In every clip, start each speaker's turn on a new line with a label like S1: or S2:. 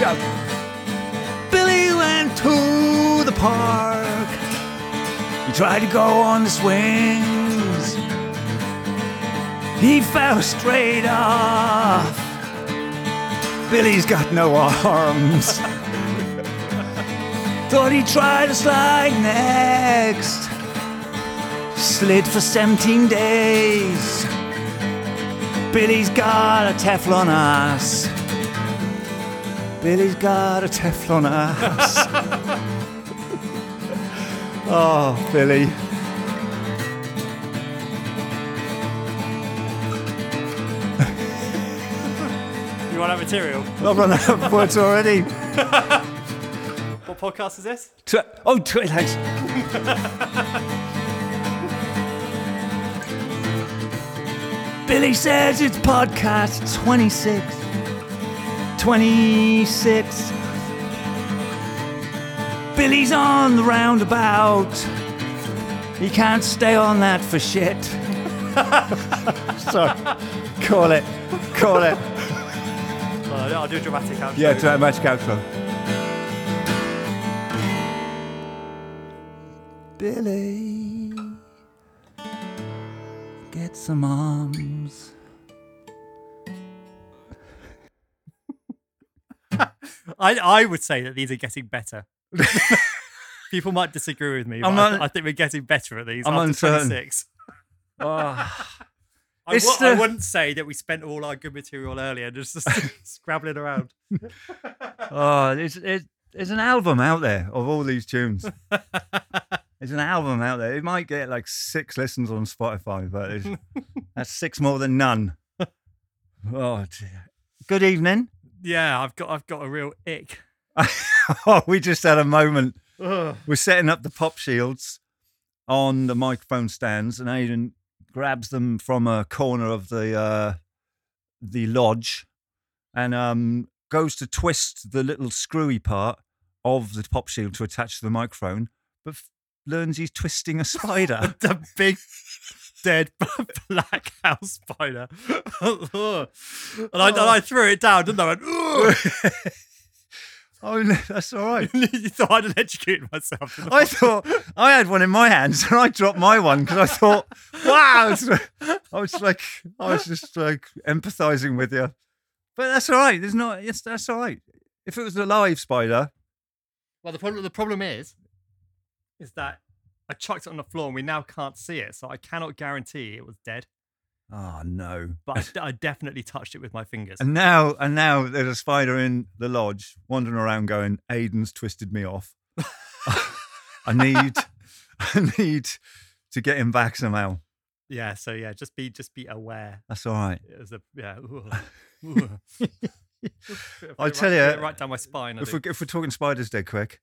S1: go. Billy went to the park. He tried to go on the swings. He fell straight off. Billy's got no arms. Thought he'd try to slide next. Slid for 17 days. Billy's got a Teflon ass. Billy's got a Teflon ass. oh, Billy.
S2: You run out of material.
S1: I've run out of words already.
S2: What podcast is this?
S1: Tw- oh, tw- thanks. Billy says it's podcast 26. 26. Billy's on the roundabout. He can't stay on that for shit. so, call it. Call it.
S2: Uh, I'll do a dramatic outro.
S1: Yeah, to that magic outro. Billy, get some arms.
S2: I, I would say that these are getting better. People might disagree with me, but
S1: I'm
S2: I-
S1: un-
S2: I, think we're getting better at these
S1: I'm
S2: after
S1: uncertain.
S2: 26.
S1: Oh,
S2: I,
S1: It's
S2: w- I
S1: the-
S2: wouldn't say that we spent all our good material earlier just, scrabbling around.
S1: oh there's, there's, there's an album out there of all these tunes. There's an album out there. It might get like six listens on Spotify, but it's, that's six more than none. Oh, dear. Good evening.
S2: Yeah, I've got I've got a real ick.
S1: Oh, we just had a moment.
S2: Ugh.
S1: We're setting up the pop shields on the microphone stands, and Aidan grabs them from a corner of the uh, the lodge, and um, goes to twist the little screwy part of the pop shield to attach to the microphone, but f- learns he's twisting a spider.
S2: The big dead black house spider. Ugh. and, I, and I threw it down, didn't I? I? Went, "Ugh."
S1: oh, no, that's all right.
S2: you thought I'd electrocuted myself. didn't I?
S1: I thought I had one in my hands, and I dropped my one because I thought, wow, it's- I was like, I was just like empathizing with you. But that's all right. There's not. It's, that's all right. If it was a live spider,
S2: Well, the problem the problem is, is that I chucked it on the floor and we now can't see it, so I cannot guarantee it was dead.
S1: oh no.
S2: But I d- I, definitely touched it with my fingers.
S1: And now, and now, there's a spider in the lodge, wandering around, going, "Aiden's twisted me off. I need, I need to get him back somehow."
S2: yeah. So yeah, just be just be aware.
S1: That's all right.
S2: It was a yeah. ooh, ooh.
S1: I'll
S2: Right-
S1: tell
S2: right-
S1: you,
S2: right down my spine. I
S1: If
S2: do.
S1: we're, if we're talking spiders, dead quick.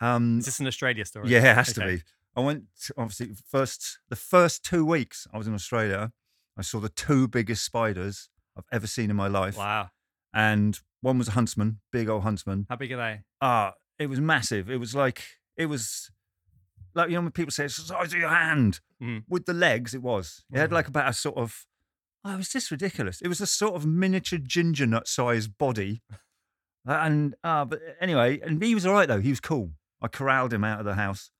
S1: Um,
S2: Is this an Australia story?
S1: Yeah, it has
S2: Okay.
S1: to be. I went to- obviously first the first two weeks I was in Australia. I saw the two biggest spiders I've ever seen in my life,
S2: Wow.
S1: and one was a huntsman, big old huntsman.
S2: How big are they?
S1: Ah, it was massive. It was like it was like you know when people say it's the size of your hand
S2: Mm.
S1: with the legs. It was. It had
S2: Mhm.
S1: like about a sort of. Oh, it was just ridiculous. It was a sort of miniature ginger nut sized body, and uh, but anyway, and he was all right though. He was cool. I corralled him out of the house.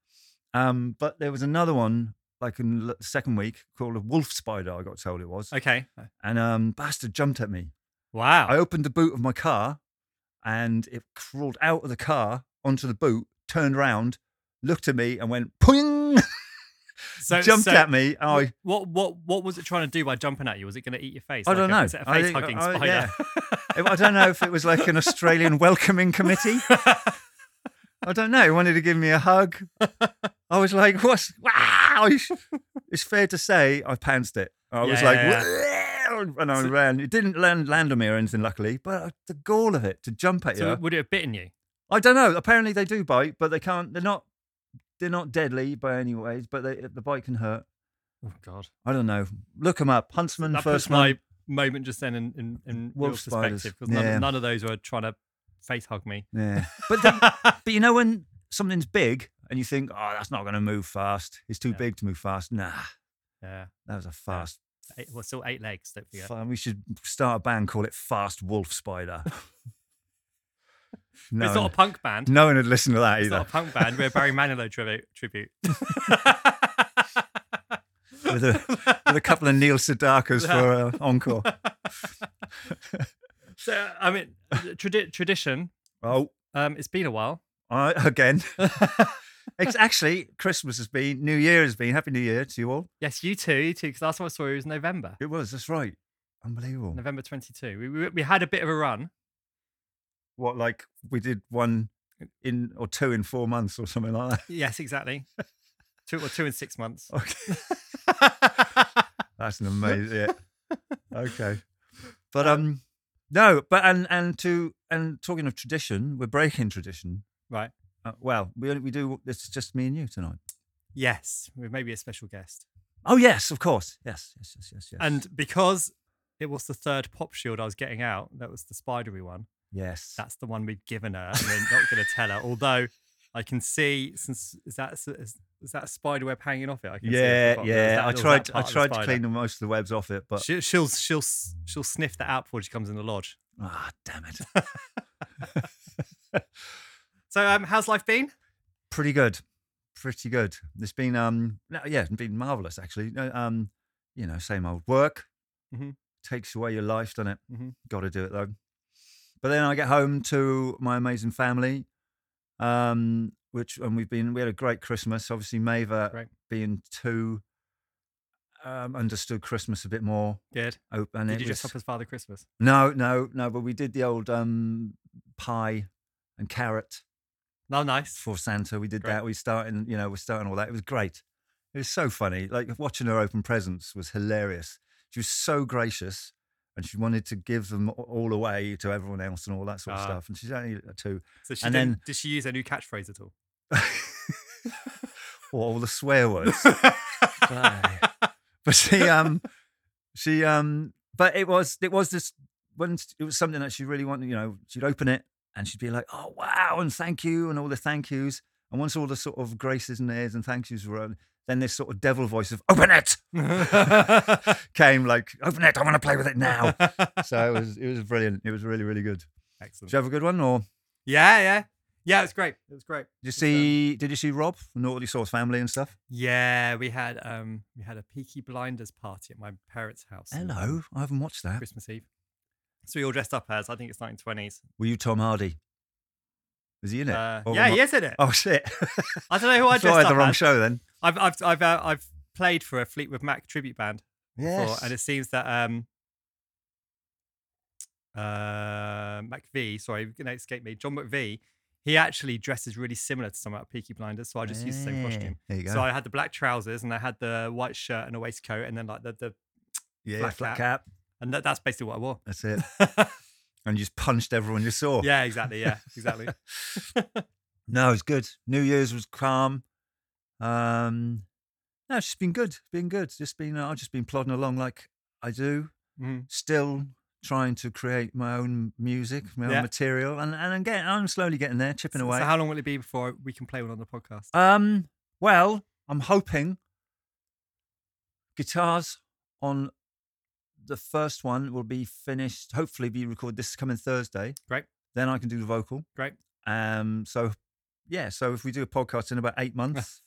S1: Um, but there was another one like in the second week called a wolf spider. I got told it was,
S2: Okay.
S1: and um, bastard jumped at me.
S2: Wow.
S1: I opened the boot of my car and it crawled out of the car onto the boot, turned around, looked at me and went, Poing!
S2: so,
S1: jumped
S2: so
S1: at me. And I,
S2: What what what was it trying to do by jumping at you? Was it going to eat your face?
S1: I don't
S2: a-
S1: know.
S2: Is it a
S1: I
S2: face
S1: think- uh,
S2: hugging
S1: I-
S2: spider?
S1: yeah. I don't know if it was like an Australian welcoming committee. I don't know. He wanted to give me a hug. I was like, what's, wow. It's fair to say I pounced it. I was
S2: Yeah,
S1: like,
S2: yeah,
S1: "Wah!" and I ran. It didn't land, land on me or anything, luckily, but the gall of it to jump at
S2: So
S1: you.
S2: would it have bitten you?
S1: I don't know. Apparently they do bite, but they can't. They're not. They're not deadly by any ways, but they, the bite can hurt.
S2: Oh God.
S1: I don't know. Look them up. Huntsman
S2: that
S1: first
S2: puts
S1: man.
S2: my moment just then in in, in real
S1: Wolf spiders.
S2: perspective because none,
S1: Yeah.
S2: none of those were trying to face hug me.
S1: Yeah. But the, but you know when something's big and you think, oh, that's not going to move fast. It's too
S2: Yeah.
S1: big to move fast. Nah,
S2: yeah,
S1: that was a fast.
S2: eight, well, still eight legs. Don't forget.
S1: fu- we should start a band, call it Fast Wolf Spider. No,
S2: it's not a punk band.
S1: no one would listen to that
S2: it's
S1: either.
S2: not a punk band. We're a Barry Manilow tribute. tribute.
S1: with, a, with a couple of Neil Sedakas for uh, encore.
S2: so I mean, tradi- tradition.
S1: Oh,
S2: Um, it's been a while.
S1: I, again. It's actually Christmas has been, New Year has been. Happy New Year to you all.
S2: yes, you too, you too. Because last time I saw you was November,
S1: It was, that's right. Unbelievable.
S2: November twenty-two. We, we we had a bit of a run.
S1: What, like we did one in or two in four months or something like that?
S2: Yes, exactly. two or two and six months.
S1: Okay. That's an amazing. Yeah. Okay. But um, no, but and and to and talking of tradition, we're breaking tradition.
S2: Right.
S1: Uh, well, we only, we do. It's just me and you tonight.
S2: yes, with maybe a special guest.
S1: Oh yes, of course. Yes, yes, yes, yes, yes.
S2: And because it was the third pop shield I was getting out, that was the spidery one.
S1: yes,
S2: That's the one we'd given her, and we're not going to tell her. Although I can see since is that s- is, is that a spider web hanging off it? I can see it from
S1: yeah,
S2: the bottom. Is
S1: yeah.
S2: that-
S1: I
S2: was that
S1: tried. I
S2: part of the
S1: tried to
S2: spider?
S1: clean the- most of the webs off it, but
S2: She, she'll she'll s- she'll sniff that out before she comes in the lodge.
S1: ah, damn it.
S2: So um, how's life been?
S1: pretty good, pretty good. It's been um no, yeah, it's been marvelous actually. No, Um, you know, same old work
S2: Mhm.
S1: takes away your life, doesn't it?
S2: Mhm.
S1: Got to do it though. But then I get home to my amazing family, um, which and we've been we had a great Christmas. Obviously, Maver
S2: Great.
S1: being two um, understood Christmas a bit more.
S2: Good.
S1: Oh, and
S2: Did
S1: it
S2: you
S1: was,
S2: dress up as Father Christmas?
S1: no, no, no. But we did the old um, pie and carrot
S2: No, Oh, nice.
S1: for Santa. We did
S2: Great.
S1: that. We started, you know, we're starting all that. It was great. It was so funny. Like watching her open presents was hilarious. She was so gracious, and she wanted to give them a- all away to everyone else and all that sort of
S2: Ah.
S1: stuff. And she's only uh, two.
S2: So she
S1: And
S2: didn't,
S1: then-
S2: did she use a new catchphrase at all?
S1: all the swear words. Blimey. but she um she um but it was it was this when s- it was something that she really wanted you know she'd open it and she'd be like oh wow and thank you and all the thank yous and once all the sort of graces and airs and thank yous were on then this sort of devil voice of open it uh, came like open it I want to play with it now so it was it was brilliant it was really really good did
S2: Excellent.
S1: you have a good one or did
S2: Yeah, yeah, yeah. It was great. It was great.
S1: you see did you see Rob Naughty Source family and stuff
S2: Yeah, we had um we had a Peaky Blinders party at my parents' house. on, um,
S1: hello I haven't watched that
S2: Christmas Eve. So we all dressed up as I think it's 1920s.
S1: were you Tom Hardy is he in it
S2: Uh,
S1: Or
S2: yeah,
S1: am I-
S2: he is in it.
S1: oh shit
S2: I don't know who I
S1: So
S2: dressed
S1: I had
S2: up
S1: the wrong
S2: as.
S1: show then.
S2: I've I've I've uh, I've played for a Fleetwood Mac tribute band before, and it seems that um uh McVie, sorry, gonna escape me, John McVie, he actually dresses really similar to someone at Peaky Blinders, so I just used the same costume.
S1: There you go.
S2: So I had the black trousers and I had the white shirt and a waistcoat, and then like the, the
S1: yeah,
S2: flat
S1: flat
S2: cap.
S1: cap.
S2: and that, that's basically what I wore.
S1: That's it. and you just punched everyone you saw.
S2: yeah, exactly. Yeah, exactly.
S1: No, it's good. New Year's was calm. Um, no, it's just been good. Been good. Just been. uh, I've just been plodding along like I do.
S2: Mhm.
S1: Still trying to create my own music, my
S2: Yeah.
S1: own material, and and again, I'm slowly getting there, chipping
S2: So-
S1: away.
S2: So how long will it be before we can play one on the podcast?
S1: Um, well, I'm hoping guitars on the first one will be finished. Hopefully, be recorded this coming Thursday.
S2: Great.
S1: Then I can do the vocal.
S2: Great.
S1: Um. So, yeah. So if we do a podcast in about eight months,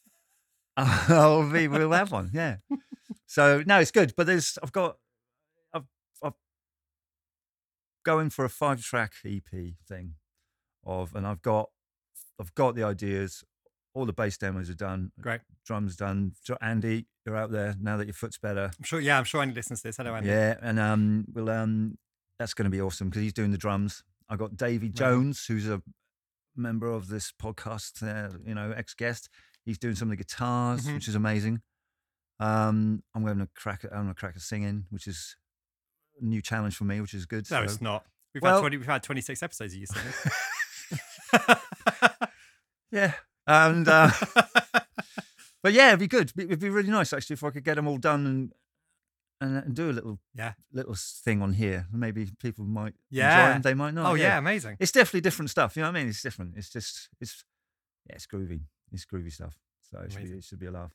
S1: I'll be. We'll have one. Yeah. So no, it's good. But there's. I've got. I've. I've going for a five-track EP thing, of and I've got. I've got the ideas. All the bass demos are done.
S2: Great.
S1: Drums done. Jo- Andy, you're out there now that your foot's better.
S2: I'm sure. Yeah, I'm sure Andy listens to this. Hello, Andy.
S1: Yeah, and um, well, um, that's going to be awesome because he's doing the drums. I got Davey Jones, who's a member of this podcast, uh, you know, ex guest. He's doing some of the guitars,
S2: Mhm.
S1: which is amazing. Um, I'm going to crack. I'm going to crack a singing, which is a new challenge for me, which is good.
S2: No,
S1: so-
S2: it's not. We've had
S1: Well-
S2: 20, we've had 26 episodes of you singing.
S1: yeah, and
S2: Oh,
S1: uh, but yeah, it'd be good. It'd be- It'd be really nice actually if I could get them all done and and, and do a little
S2: Yeah.
S1: little thing on here. Maybe people might enjoy
S2: Yeah.
S1: them. They might not.
S2: oh yeah, amazing.
S1: it's definitely different stuff. You know what I mean? It's different. It's just it's yeah, it's groovy. It's groovy stuff. So it should, be,
S2: Amazing.
S1: it should be a laugh.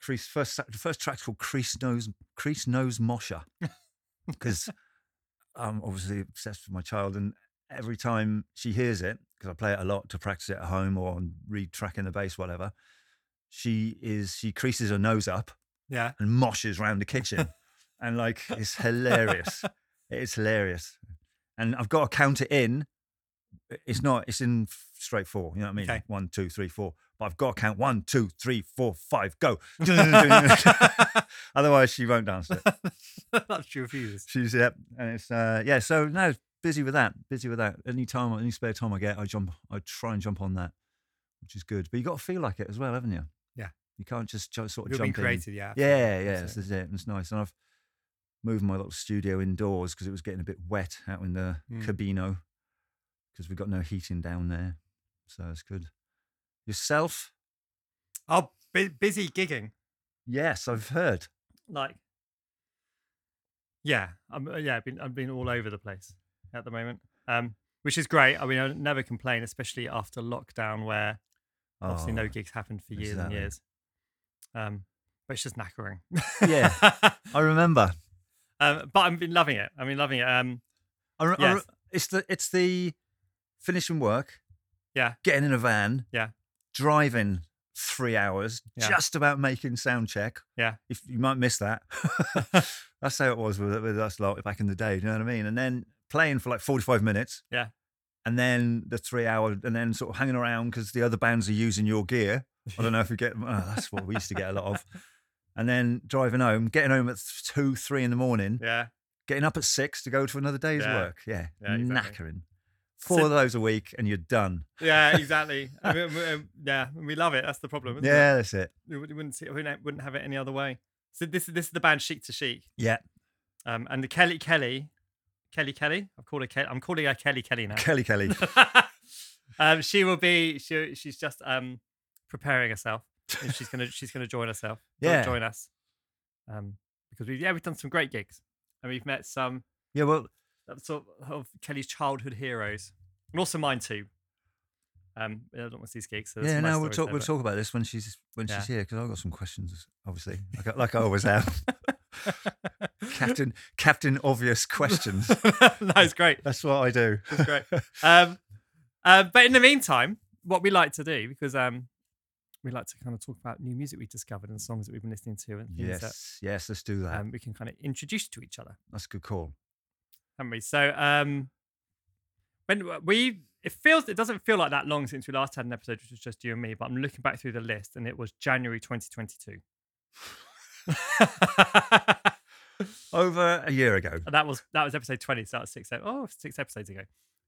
S1: Crease first sa- the first track's called Crease Nose Crease Nose Mosher because I'm obviously obsessed with my child and every time she hears it, because I play it a lot to practice it at home or on read tracking the bass, whatever, she is she creases her nose up
S2: Yeah.
S1: and moshes round the kitchen. and like it's hilarious. It's hilarious. And I've got to count it in. It's not, it's in straight four. You know what I mean?
S2: Okay.
S1: One, two, three, four. But I've got to count one, two, three, four, five, go.
S2: that
S1: Otherwise, she won't dance to it.
S2: she refuses.
S1: She's yep, and it's uh, yeah. So no, busy with that, busy with that. Any time, any spare time I get, I jump, I try and jump on that, which is good. But you got to feel like it as well, haven't you?
S2: Yeah.
S1: you can't just ju- sort of
S2: You're being
S1: jump in.
S2: creative, yeah.
S1: Yeah, yeah,
S2: That's
S1: this is it. It's nice, and I've moved my little studio indoors because it was getting a bit wet out in the
S2: Mm.
S1: cabino because we've got no heating down there, so it's good. Yourself?
S2: Oh, bu- busy gigging.
S1: Yes, I've heard.
S2: Like, yeah, I'm, uh, yeah, I've been, I've been all over the place at the moment, um, which is great. I mean, I never complain, especially after lockdown, where obviously
S1: Oh.
S2: no gigs happened for years
S1: exactly.
S2: and years. Um, but it's just knackering.
S1: Yeah. I remember.
S2: um, but I've been loving it. I've been loving it. Um,
S1: I, re- I re-
S2: Yes.
S1: it's the it's the finishing work.
S2: Yeah.
S1: Getting in a van.
S2: Yeah.
S1: Driving three hours,
S2: Yeah.
S1: just about making sound check.
S2: Yeah.
S1: If you might miss that. That's how it was with, with us lot back in the day. Do you know what I mean? And then playing for like forty five minutes.
S2: Yeah.
S1: And then the three hour, and then sort of hanging around because the other bands are using your gear. I don't know if we get. Oh, that's what we used to get a lot of. And then driving home, getting home at th- two, three in the morning
S2: yeah,
S1: getting up at six to go to another day's
S2: Yeah.
S1: work. Yeah,
S2: Yeah, exactly.
S1: knackering. Four
S2: So-
S1: of those a week, and you're done.
S2: yeah, exactly. I mean, we- um, yeah, we love it. That's the problem. isn't it?
S1: Yeah, that's it.
S2: we wou- we wouldn't see, we don't- wouldn't have it any other way. So this is this is the band Chic to Chic,
S1: Yeah,
S2: um, and the Kelly Kelly, Kelly Kelly. I've called her. Kelly, I'm calling her Kelly Kelly now.
S1: Kelly, Kelly.
S2: um, she will be. She she's just um preparing herself. And she's gonna she's gonna join herself. join-
S1: Yeah.
S2: join us. Um, because we yeah we've done some great gigs and we've met some
S1: Yeah, well,
S2: of sort of Kelly's childhood heroes and also mine too. Um, I don't want to see gigs. So there's
S1: yeah.
S2: some nice
S1: No, we'll
S2: stories
S1: talk.
S2: there,
S1: We'll
S2: but-
S1: talk about this when she's when she's here because I've got some questions, obviously, like, I- like I always have. Captain, Captain, obvious questions.
S2: no, it's great.
S1: That's what I do.
S2: It's great. Um, uh, but in the meantime, what we like to do, because um, we like to kind of talk about new music we discovered and songs that we've been listening to and things
S1: yes, yes. Let's do
S2: that
S1: that.
S2: um, we can kind of introduce to each other,
S1: that's a good call.
S2: haven't we? So um, when we, it feels, it doesn't feel like that long since we last had an episode, which was just you and me, but I'm looking back through the list and it was January 2022.
S1: Over a year ago.
S2: And that was that was episode 20 so that was six ep- oh six episodes ago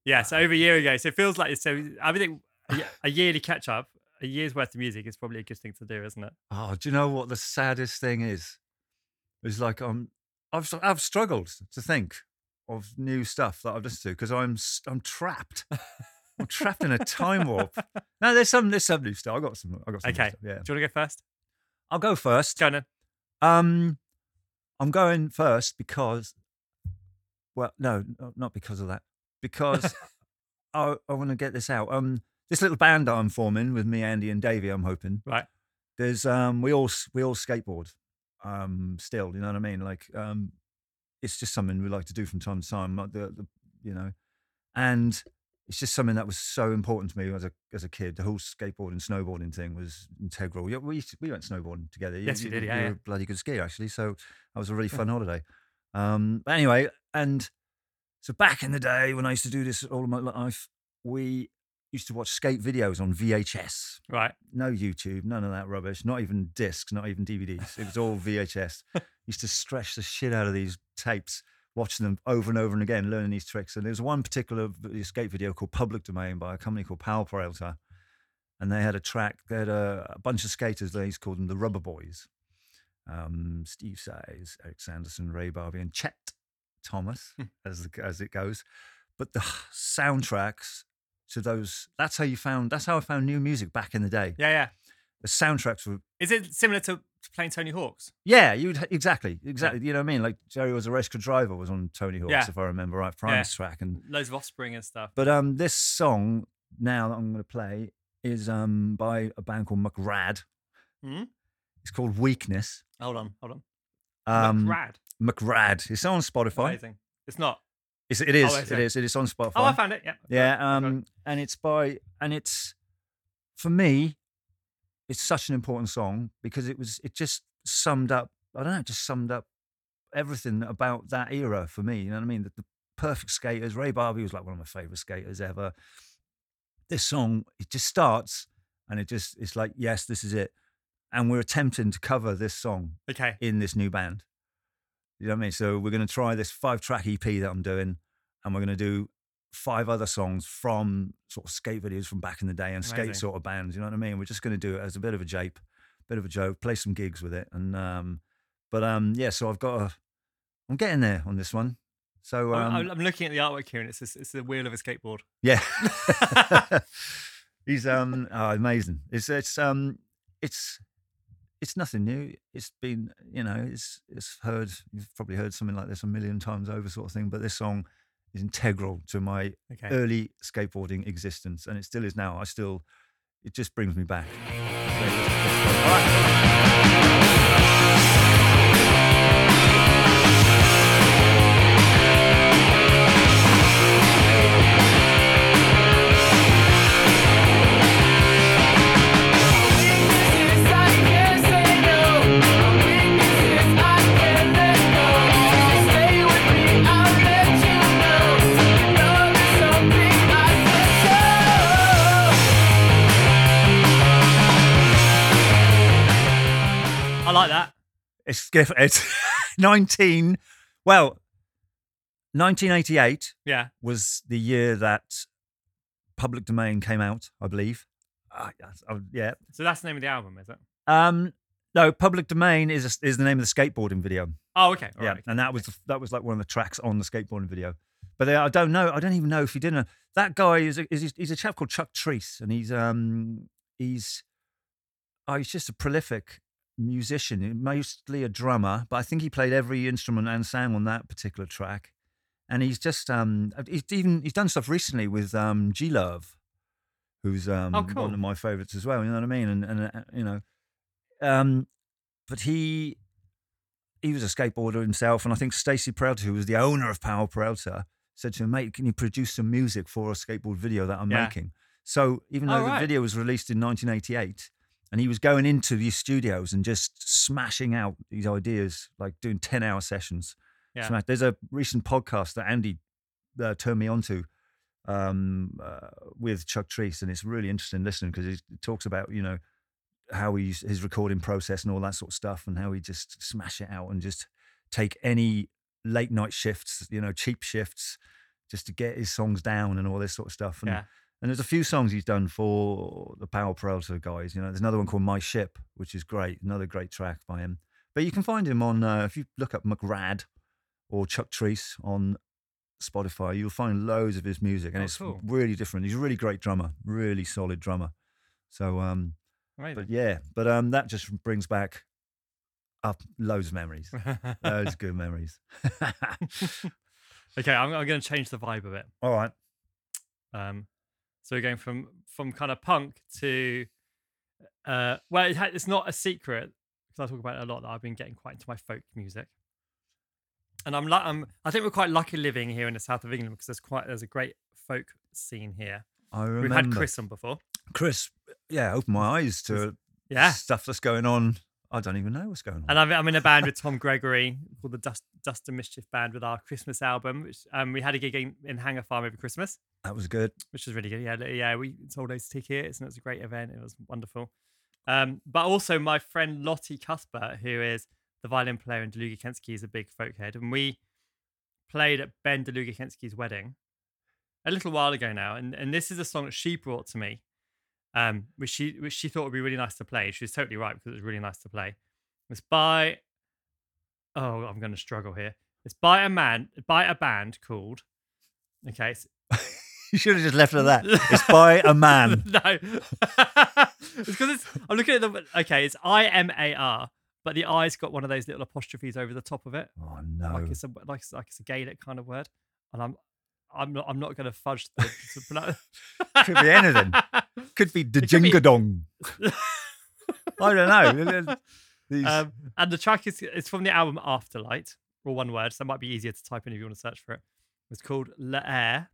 S2: yeah so over a year ago so it feels like so i think a ye- a yearly catch up a year's worth of music is probably a good thing to do isn't it
S1: Oh, do you know what the saddest thing is? It's like I'm, I've s- I've struggled to think of new stuff that I've listened to because I'm s- I'm trapped. I'm trapped in a time warp. No, there's some there's some new stuff. I got some. I got some. new
S2: Okay.
S1: stuff, yeah,
S2: do you want to go first
S1: I'll go first.
S2: go on then.
S1: Um, I'm going first because, well, no, no, not because of that. Because I I want to get this out. Um, this little band that I'm forming with me, Andy, and Davey. I'm hoping
S2: right
S1: there's um we all s- we all skateboard um still you know what i mean like um it's just something we like to do from time to time like the, the you know and it's just something that was so important to me as a as a kid the whole skateboard and snowboarding thing was integral yeah we used- we went snowboarding together You-
S2: Yes, we
S1: you,
S2: did,
S1: you
S2: yeah,
S1: were
S2: yeah.
S1: a bloody good skier actually so that was a really fun holiday um but anyway and so back in the day when i used to do this all of my life we used to watch skate videos on vhs
S2: right
S1: no YouTube, none of that rubbish, not even discs, not even DVDs. It was all VHS. Used to stretch the shit out of these tapes, watching them over and over and again, learning these tricks. And there was one particular v- escape video called Public Domain by a company called Power Operator. And they had a track, they had a, a bunch of skaters, they used to call them the Rubber Boys. Um, Steve Size, Eric Sanderson, Ray Barbie, and Chet Thomas, as, the, as it goes. But the soundtracks to those, that's how you found, that's how I found new music back in the day
S2: yeah yeah
S1: the soundtracks were
S2: is it similar to, to playing tony hawk's
S1: yeah you would exactly exactly you know what i mean like jerry was a race car driver was on tony hawk's
S2: Yeah.
S1: if i remember right primus track and
S2: loads of offspring and stuff
S1: but um this song now that i'm going to play is um by a band called mcrad
S2: Hmm?
S1: it's called weakness
S2: hold on hold on
S1: um
S2: Look, rad
S1: mcrad it's on spotify
S2: amazing it's not
S1: It's, it is.
S2: I
S1: it
S2: see.
S1: is. It is on Spotify.
S2: Oh, I found it. Yeah.
S1: yeah.
S2: Okay.
S1: Um, and it's by and it's for me, it's such an important song because it was it just summed up. I don't know. It just summed up everything about that era for me. You know what I mean? The, the perfect skaters. Ray Barbie was like one of my favorite skaters ever. This song it just starts and it just it's like yes, this is it. And we're attempting to cover this song
S2: Okay.
S1: in this new band. You know what I mean? So we're going to try this five track EP that I'm doing, and we're going to do five other songs from sort of skate videos from back in the day and skate
S2: Amazing.
S1: sort of bands. You know what I mean? We're just going to do it as a bit of a jape, bit of a joke, play some gigs with it, and um, but um, yeah. So I've got a, I'm getting there on this one. So
S2: I'm-
S1: um,
S2: I'm, I'm looking at the artwork here, and it's this, it's the wheel of a skateboard.
S1: yeah. He's um oh, amazing. It's it's um it's it's nothing new. It's been you know it's it's heard you've probably heard something like this a million times over sort of thing. But this song is integral to my
S2: Okay.
S1: early skateboarding existence, and it still is now. I still it just brings me back. All right.
S2: I like that.
S1: It's gif- it's nineteen. Well, nineteen eighty eight.
S2: Yeah.
S1: was the year that Public Domain came out, I believe. I, I, I- yeah.
S2: So that's the name of the album, is it?
S1: Um, no, Public Domain is a, is the name of the skateboarding video.
S2: Oh, okay. All
S1: yeah,
S2: right.
S1: and that was the, that was like one of the tracks on the skateboarding video. But they, I don't know. I don't even know if he didn't. That guy is a, is he's a chap called Chuck Treese, and he's um he's oh he's just a prolific musician, mostly a drummer, but I think he played every instrument and sang on that particular track. And he's just um he's even he's done stuff recently with um G Love, who's um
S2: Oh, cool.
S1: one of my favorites as well. You know what I mean? And and uh, you know, um, but he he was a skateboarder himself, and I think Stacy Prouter, who was the owner of Power Prouter, said to him, "Mate, can you produce some music for a skateboard video that I'm
S2: Yeah.
S1: making?" So even though
S2: Oh,
S1: the
S2: right.
S1: video was released in 1988, and he was going into these studios and just smashing out these ideas, like doing 10-hour sessions.
S2: Yeah.
S1: Smash- There's a recent podcast that Andy uh, turned me onto um, uh, with Chuck Treese, and it's really interesting listening because he talks about you know how he's his recording process and all that sort of stuff, and how he just smash it out and just take any late night shifts, you know, cheap shifts, just to get his songs down and all this sort of stuff. And,
S2: Yeah.
S1: and there's a few songs he's done for the Power Peralta guys. You know, there's another one called My Ship, which is great, another great track by him. But you can find him on uh, if you look up McRad or Chuck Treese on Spotify, you'll find loads of his music, and
S2: Oh,
S1: it's
S2: cool.
S1: really different. He's a really great drummer, really solid drummer. So, um,
S2: Amazing.
S1: but yeah, but um, that just brings back up loads of memories, loads of good memories.
S2: okay, I'm, I'm going to change the vibe a bit.
S1: All right,
S2: Um, so we're going from from kind of punk to uh, well, it ha- it's not a secret because I talk about it a lot that I've been getting quite into my folk music, and I'm, lu- I'm I think we're quite lucky living here in the south of England because there's quite there's a great folk scene here.
S1: I remember
S2: We've had Chris on before.
S1: Chris, yeah, opened my eyes to
S2: Yeah.
S1: stuff that's going on. I don't even know what's going on.
S2: And I'm, I'm in a band with Tom Gregory called the Dust, Dust and Mischief Band with our Christmas album, which um, we had a gig in, in Hanger Farm over Christmas,
S1: that was good.
S2: which was really good. Yeah, li- yeah, we sold those tickets and it was a great event. It was wonderful. Um, but also my friend Lottie Cuthbert, who is the violin player in Deluga Kensky, is a big folk head, and we played at Ben Deluga Kensky's wedding a little while ago now, and and this is a song that she brought to me, um, which she which she thought would be really nice to play. She was totally right because it was really nice to play. It's by oh, I'm going to struggle here. It's by a man by a band called okay, it's
S1: You should have just left it at that. It's by a man.
S2: no, it's because it's. I'm looking at the. Okay, it's I M A R, but the I's got one of those little apostrophes over the top of it,
S1: Oh no.
S2: like it's a like it's, like it's a Gaelic kind of word, and I'm. I'm not. I'm not going to fudge. The, the pronoun-
S1: Could be anything. Could be the
S2: It could be-
S1: jingadong. I don't know. These-
S2: um, and the track is it's from the album Afterlight, or one word, so that might be easier to type in if you want to search for it. was called La Air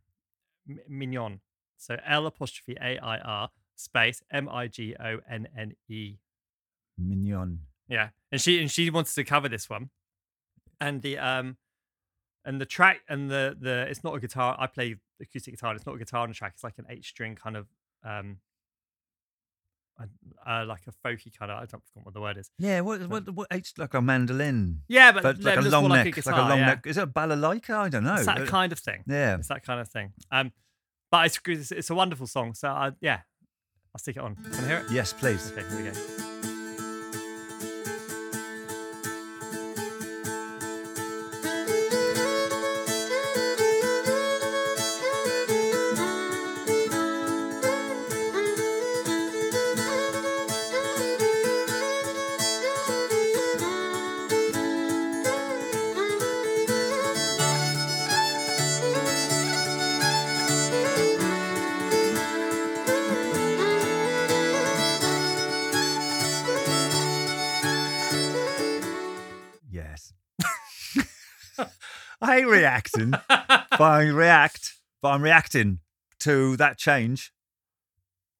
S2: M- Mignon. So L apostrophe A I R space M I G O N N E.
S1: Mignon.
S2: Yeah. And she and she wanted to cover this one. And the um and the track and the the it's not a guitar. I play acoustic guitar and it's not a guitar on the track. It's like an eight string kind of um uh, uh, like a folky kind of I don't forget what the word is.
S1: Yeah, what, what, what, it's like a mandolin.
S2: Yeah, but,
S1: But like a
S2: it's
S1: long
S2: more
S1: neck,
S2: like a guitar.
S1: long
S2: yeah.
S1: neck. Is it a balalaika? I don't know.
S2: It's that
S1: Uh,
S2: kind of thing.
S1: yeah,
S2: It's that kind of thing. Um, but it's it's, it's a wonderful song. So I, yeah, I'll stick it on. Can I hear it?
S1: yes, please.
S2: Okay, here we go.
S1: Yes. I hate reacting, but I react, but I'm reacting to that change.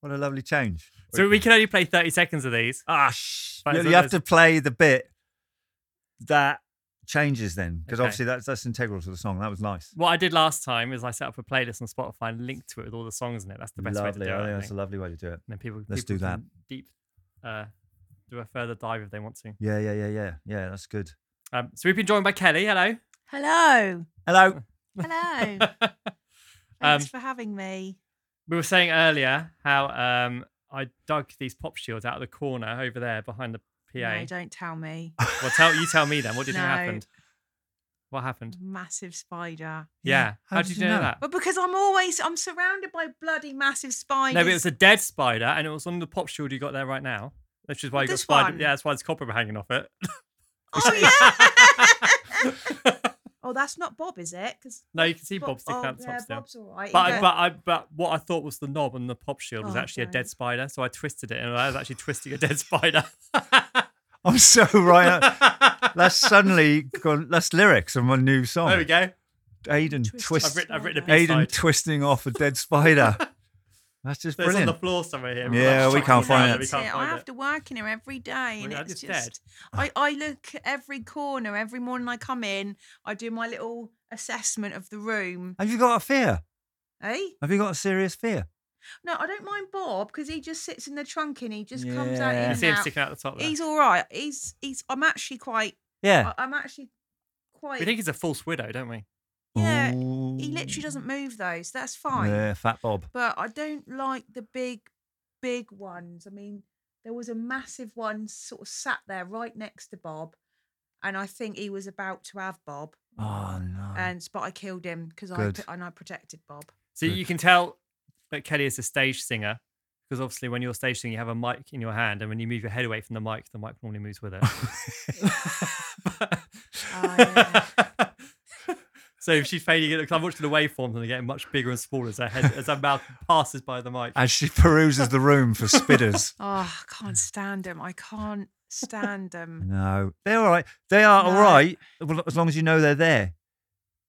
S1: What a lovely change.
S2: So we can only play 30 seconds of these.
S1: Ah, sh-
S2: But
S1: you,
S2: it's
S1: you
S2: one of
S1: have to play the bit that changes then, because
S2: Okay.
S1: obviously that's that's integral to the song. That was nice.
S2: What I did last time is I set up a playlist on Spotify and linked to it with all the songs in it. That's the best
S1: lovely.
S2: way to do
S1: I
S2: it.
S1: think
S2: I
S1: that's a
S2: think.
S1: lovely way to do it.
S2: And then people,
S1: Let's
S2: people
S1: do that.
S2: can Deep, uh, do a further dive if they want to.
S1: Yeah, yeah, yeah, yeah, yeah. That's good.
S2: Um, so we've been joined by Kelly. Hello.
S3: Hello.
S1: Hello.
S3: Hello.
S2: Um,
S3: Thanks for having me.
S2: we were saying earlier how um, I dug these pop shields out of the corner over there behind the PA.
S3: No, don't tell me.
S2: well, tell you tell me then. What did you think
S3: No.
S2: happened? What happened?
S3: Massive spider.
S2: Yeah. How, did, you know, that?
S3: But because I'm always I'm surrounded by bloody massive spiders.
S2: No, but it was a dead spider, and it was on the pop shield you got there right now, which is why you got
S3: This
S2: spider.
S3: one?
S2: Yeah, that's why there's copper hanging off it.
S3: oh yeah. oh, that's not Bob, is it? Because
S2: no, you can see Bob sticking
S3: oh,
S2: out the top
S3: yeah,
S2: still.
S3: Bob's all right.
S2: But
S3: Yeah.
S2: I, but I, but what I thought was the knob on the pop shield was
S3: Oh,
S2: actually a
S3: don't.
S2: dead spider, so I twisted it, and I was actually twisting a dead spider.
S1: I'm so right. that's suddenly gone. That's lyrics of my new song.
S2: there we go.
S1: Aiden
S3: Twist-
S2: I've
S1: twist.
S2: written, I've written a piece.
S1: Aiden twisting off a dead spider. that's just
S2: So it's on
S1: brilliant.
S2: the floor somewhere here.
S1: Yeah,
S2: We're
S1: we
S2: like,
S1: can't
S2: "Fucking hell,
S1: find
S2: no,
S1: it.
S2: We can't
S3: I
S2: find
S3: have
S2: it.
S3: to work in here every day, and
S2: Well,
S3: it's
S2: it's dead.
S3: just. I, I look at every corner every morning I come in. I do my little assessment of the room.
S1: Have you got a fear?
S3: Eh?
S1: Have you got a serious fear?
S3: No, I don't mind Bob because he just sits in the trunk and he just comes out
S1: Yeah.
S3: in
S2: You
S1: You
S3: and
S2: see him
S3: out.
S2: sticking out the top. There.
S3: He's all right. He's he's. I'm actually quite.
S1: Yeah.
S3: I, I'm actually quite.
S2: We think he's a false widow, don't we?
S3: yeah.
S1: Ooh.
S3: He literally doesn't move though, so that's fine.
S1: Mm. Yeah, Fat Bob.
S3: But I don't like the big, big ones. I mean, there was a massive one sort of sat there right next to Bob, and I think he was about to have Bob,
S1: Oh no.
S3: and but I killed him because I
S1: Good.
S3: pr- and I protected Bob.
S2: So
S1: Good.
S2: you can tell that Kelly is a stage singer because obviously when you're stage singing, you have a mic in your hand, and when you move your head away from the mic, the mic normally moves with it. so if she's fading it, I'm watching the waveforms and they're getting much bigger and smaller as her head, as her mouth passes by the mic.
S1: As she peruses the room for spitters.
S3: Oh, I can't stand him. I can't stand him.
S1: No, they're all right. They are all
S3: No.
S1: right well, as long as you know they're there.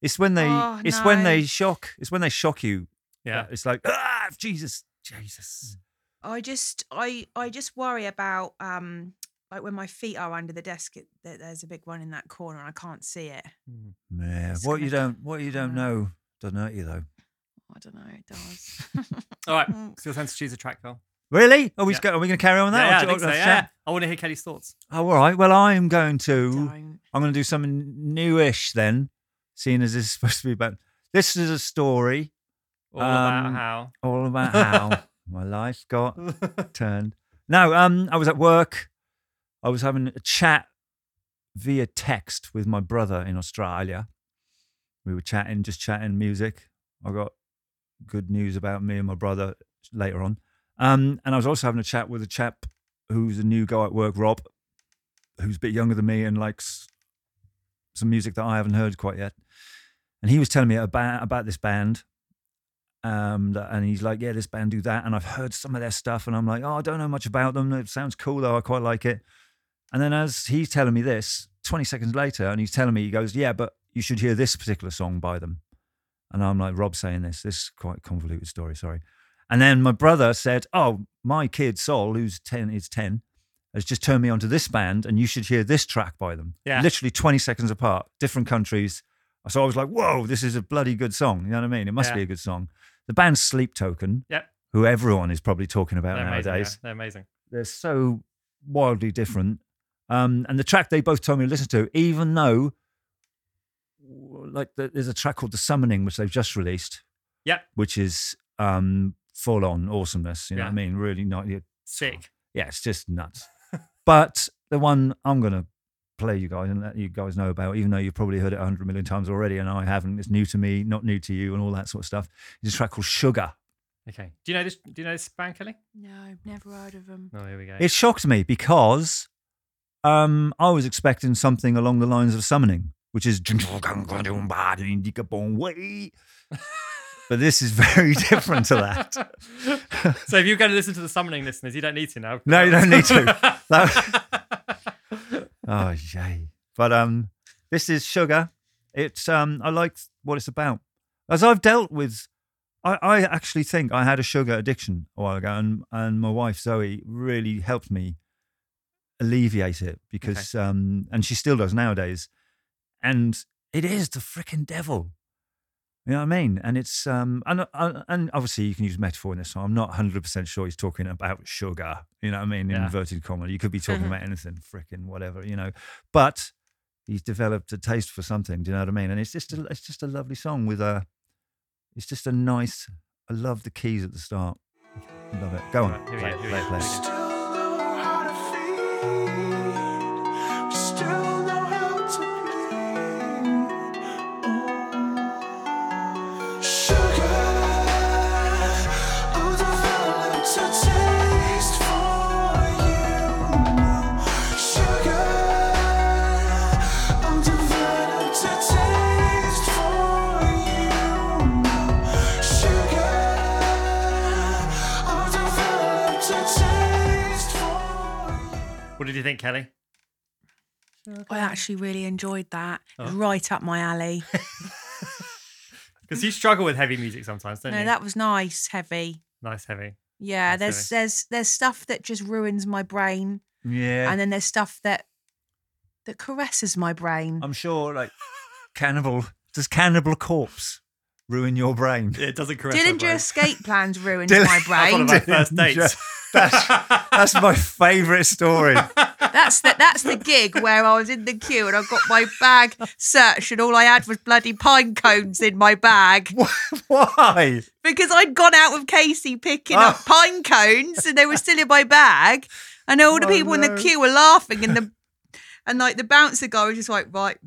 S1: It's when they,
S3: Oh,
S1: it's when
S3: no.
S1: they shock. It's when they shock you.
S2: Yeah.
S1: It's like ah, Jesus, Jesus.
S3: I just I I just worry about um like when my feet are under the desk it, there- there's a big one in that corner and I can't see it.
S2: Mm.
S1: Yeah.
S3: It's
S1: What
S3: gonna
S1: you don't, what you don't
S3: no.
S1: know, doesn't hurt you though.
S3: I don't know, it does.
S2: All right.
S3: Mm.
S2: So it's time to choose a track, Carl.
S1: Really? Are we,
S2: Yeah.
S1: go- are we going to carry on with that? Or Oh,
S2: yeah, yeah, I
S1: do-
S2: think
S1: or
S2: so,
S1: chat?
S2: yeah. I want to hear Kelly's thoughts.
S1: Oh, all right. Well, I'm going to.
S3: Don't.
S1: I'm going to do something newish then, seeing as this is supposed to be about. This is a story
S2: All about
S1: Um,
S2: how.
S1: all about how my life got turned. No, um, I was at work. I was having a chat via text with my brother in Australia. We were chatting, just chatting music. I got good news about me and my brother later on. Um, and I was also having a chat with a chap who's a new guy at work, Rob, who's a bit younger than me and likes some music that I haven't heard quite yet. And he was telling me about, about this band um, that- and he's like, yeah, this band do that, and I've heard some of their stuff, and I'm like, oh, I don't know much about them. It sounds cool though. I quite like it. And then as he's telling me this, 20 seconds later, and he's telling me, he goes, yeah, but you should hear this particular song by them. And I'm like, Rob saying this. This is quite a convoluted story. Sorry. And then my brother said, "Oh, my kid Sol, who's ten, is ten, has just turned me onto this band, and you should hear this track by them.
S2: Yeah.
S1: Literally 20 seconds apart, different countries. So I was like, "Whoa, this is a bloody good song." You know what I mean? It must
S2: Yeah.
S1: be a good song. The band Sleep Token,
S2: Yep.
S1: who everyone is probably talking about
S2: They're amazing. yeah.
S1: nowadays.
S2: They're amazing.
S1: They're so wildly different. Um, and the track they both told me to listen to, even though, like, the, there's a track called "The Summoning" which they've just released
S2: Yep.
S1: which is um, full on awesomeness. You know what I mean? Really not. Yeah,
S2: Sick.
S1: yeah, it's just nuts. but the one I'm going to play you guys and let you guys know about, even though you've probably heard it 100 million times already and I haven't, it's new to me, not new to you, and all that sort of stuff, is a track called Sugar.
S2: Okay. Do you know this? Do you know this band, Kelly?
S3: No, never heard of them.
S2: Oh, here we go.
S1: It shocked me because um, I was expecting something along the lines of summoning, which is. but this is very different to that.
S2: so if you go to listen to the summoning listeners, you don't need to now.
S1: No, you don't need to.
S2: That-
S1: Oh yay! But um, this is sugar. It's um, I like what it's about. As I've dealt with, I, I actually think I had a sugar addiction a while ago, and and my wife Zoe really helped me alleviate it because um, and she still does nowadays. And it is the freaking devil. You know what I mean? And it's um, and and and obviously you can use metaphor in this. So I'm not 100 percent sure he's talking about sugar. You know what I mean?
S2: Yeah.
S1: Inverted comma. You could be talking about anything, freaking whatever. You know, but he's developed a taste for something. Do you know what I mean? And it's just a, it's just a lovely song with a, it's just a nice. I love the keys at the start. I love it. Go on,
S2: Right,
S1: play,
S2: here we
S1: it,
S2: go, here we
S1: play, it,
S2: go.
S1: play. it.
S4: Still know how to feed. Still know how to bleed. Sugar, I'll develop a taste for you. Sugar, I'll develop a taste for you. Sugar, I've developed a taste for you.
S2: what did you think, Kelly?
S3: I actually really enjoyed that. It was
S2: Oh.
S3: Right up my alley.
S2: Because you struggle with heavy music sometimes, don't
S3: no,
S2: you?
S3: that was nice, heavy.
S2: nice heavy.
S3: Yeah,
S2: Nice,
S3: there's there's there's stuff that just ruins my brain,
S1: Yeah,
S3: and then there's stuff that that caresses my brain.
S1: I'm sure. Like cannibal. Does cannibal corpse ruin your brain?
S2: It doesn't correct.
S3: Dillinger escape plans ruins
S1: Dill-
S3: my
S2: That's one
S3: brain.
S2: of our first dates. That's,
S1: That's my favourite story.
S3: That's the that's the gig where I was in the queue and I got my bag searched and all I had was bloody pine cones in my bag
S1: Why?
S3: because I'd gone out with Casey picking
S1: Oh.
S3: up pine cones and they were still in my bag and all the
S1: Oh,
S3: people in
S1: no.
S3: the queue were laughing and the and like the bouncer guy was just like right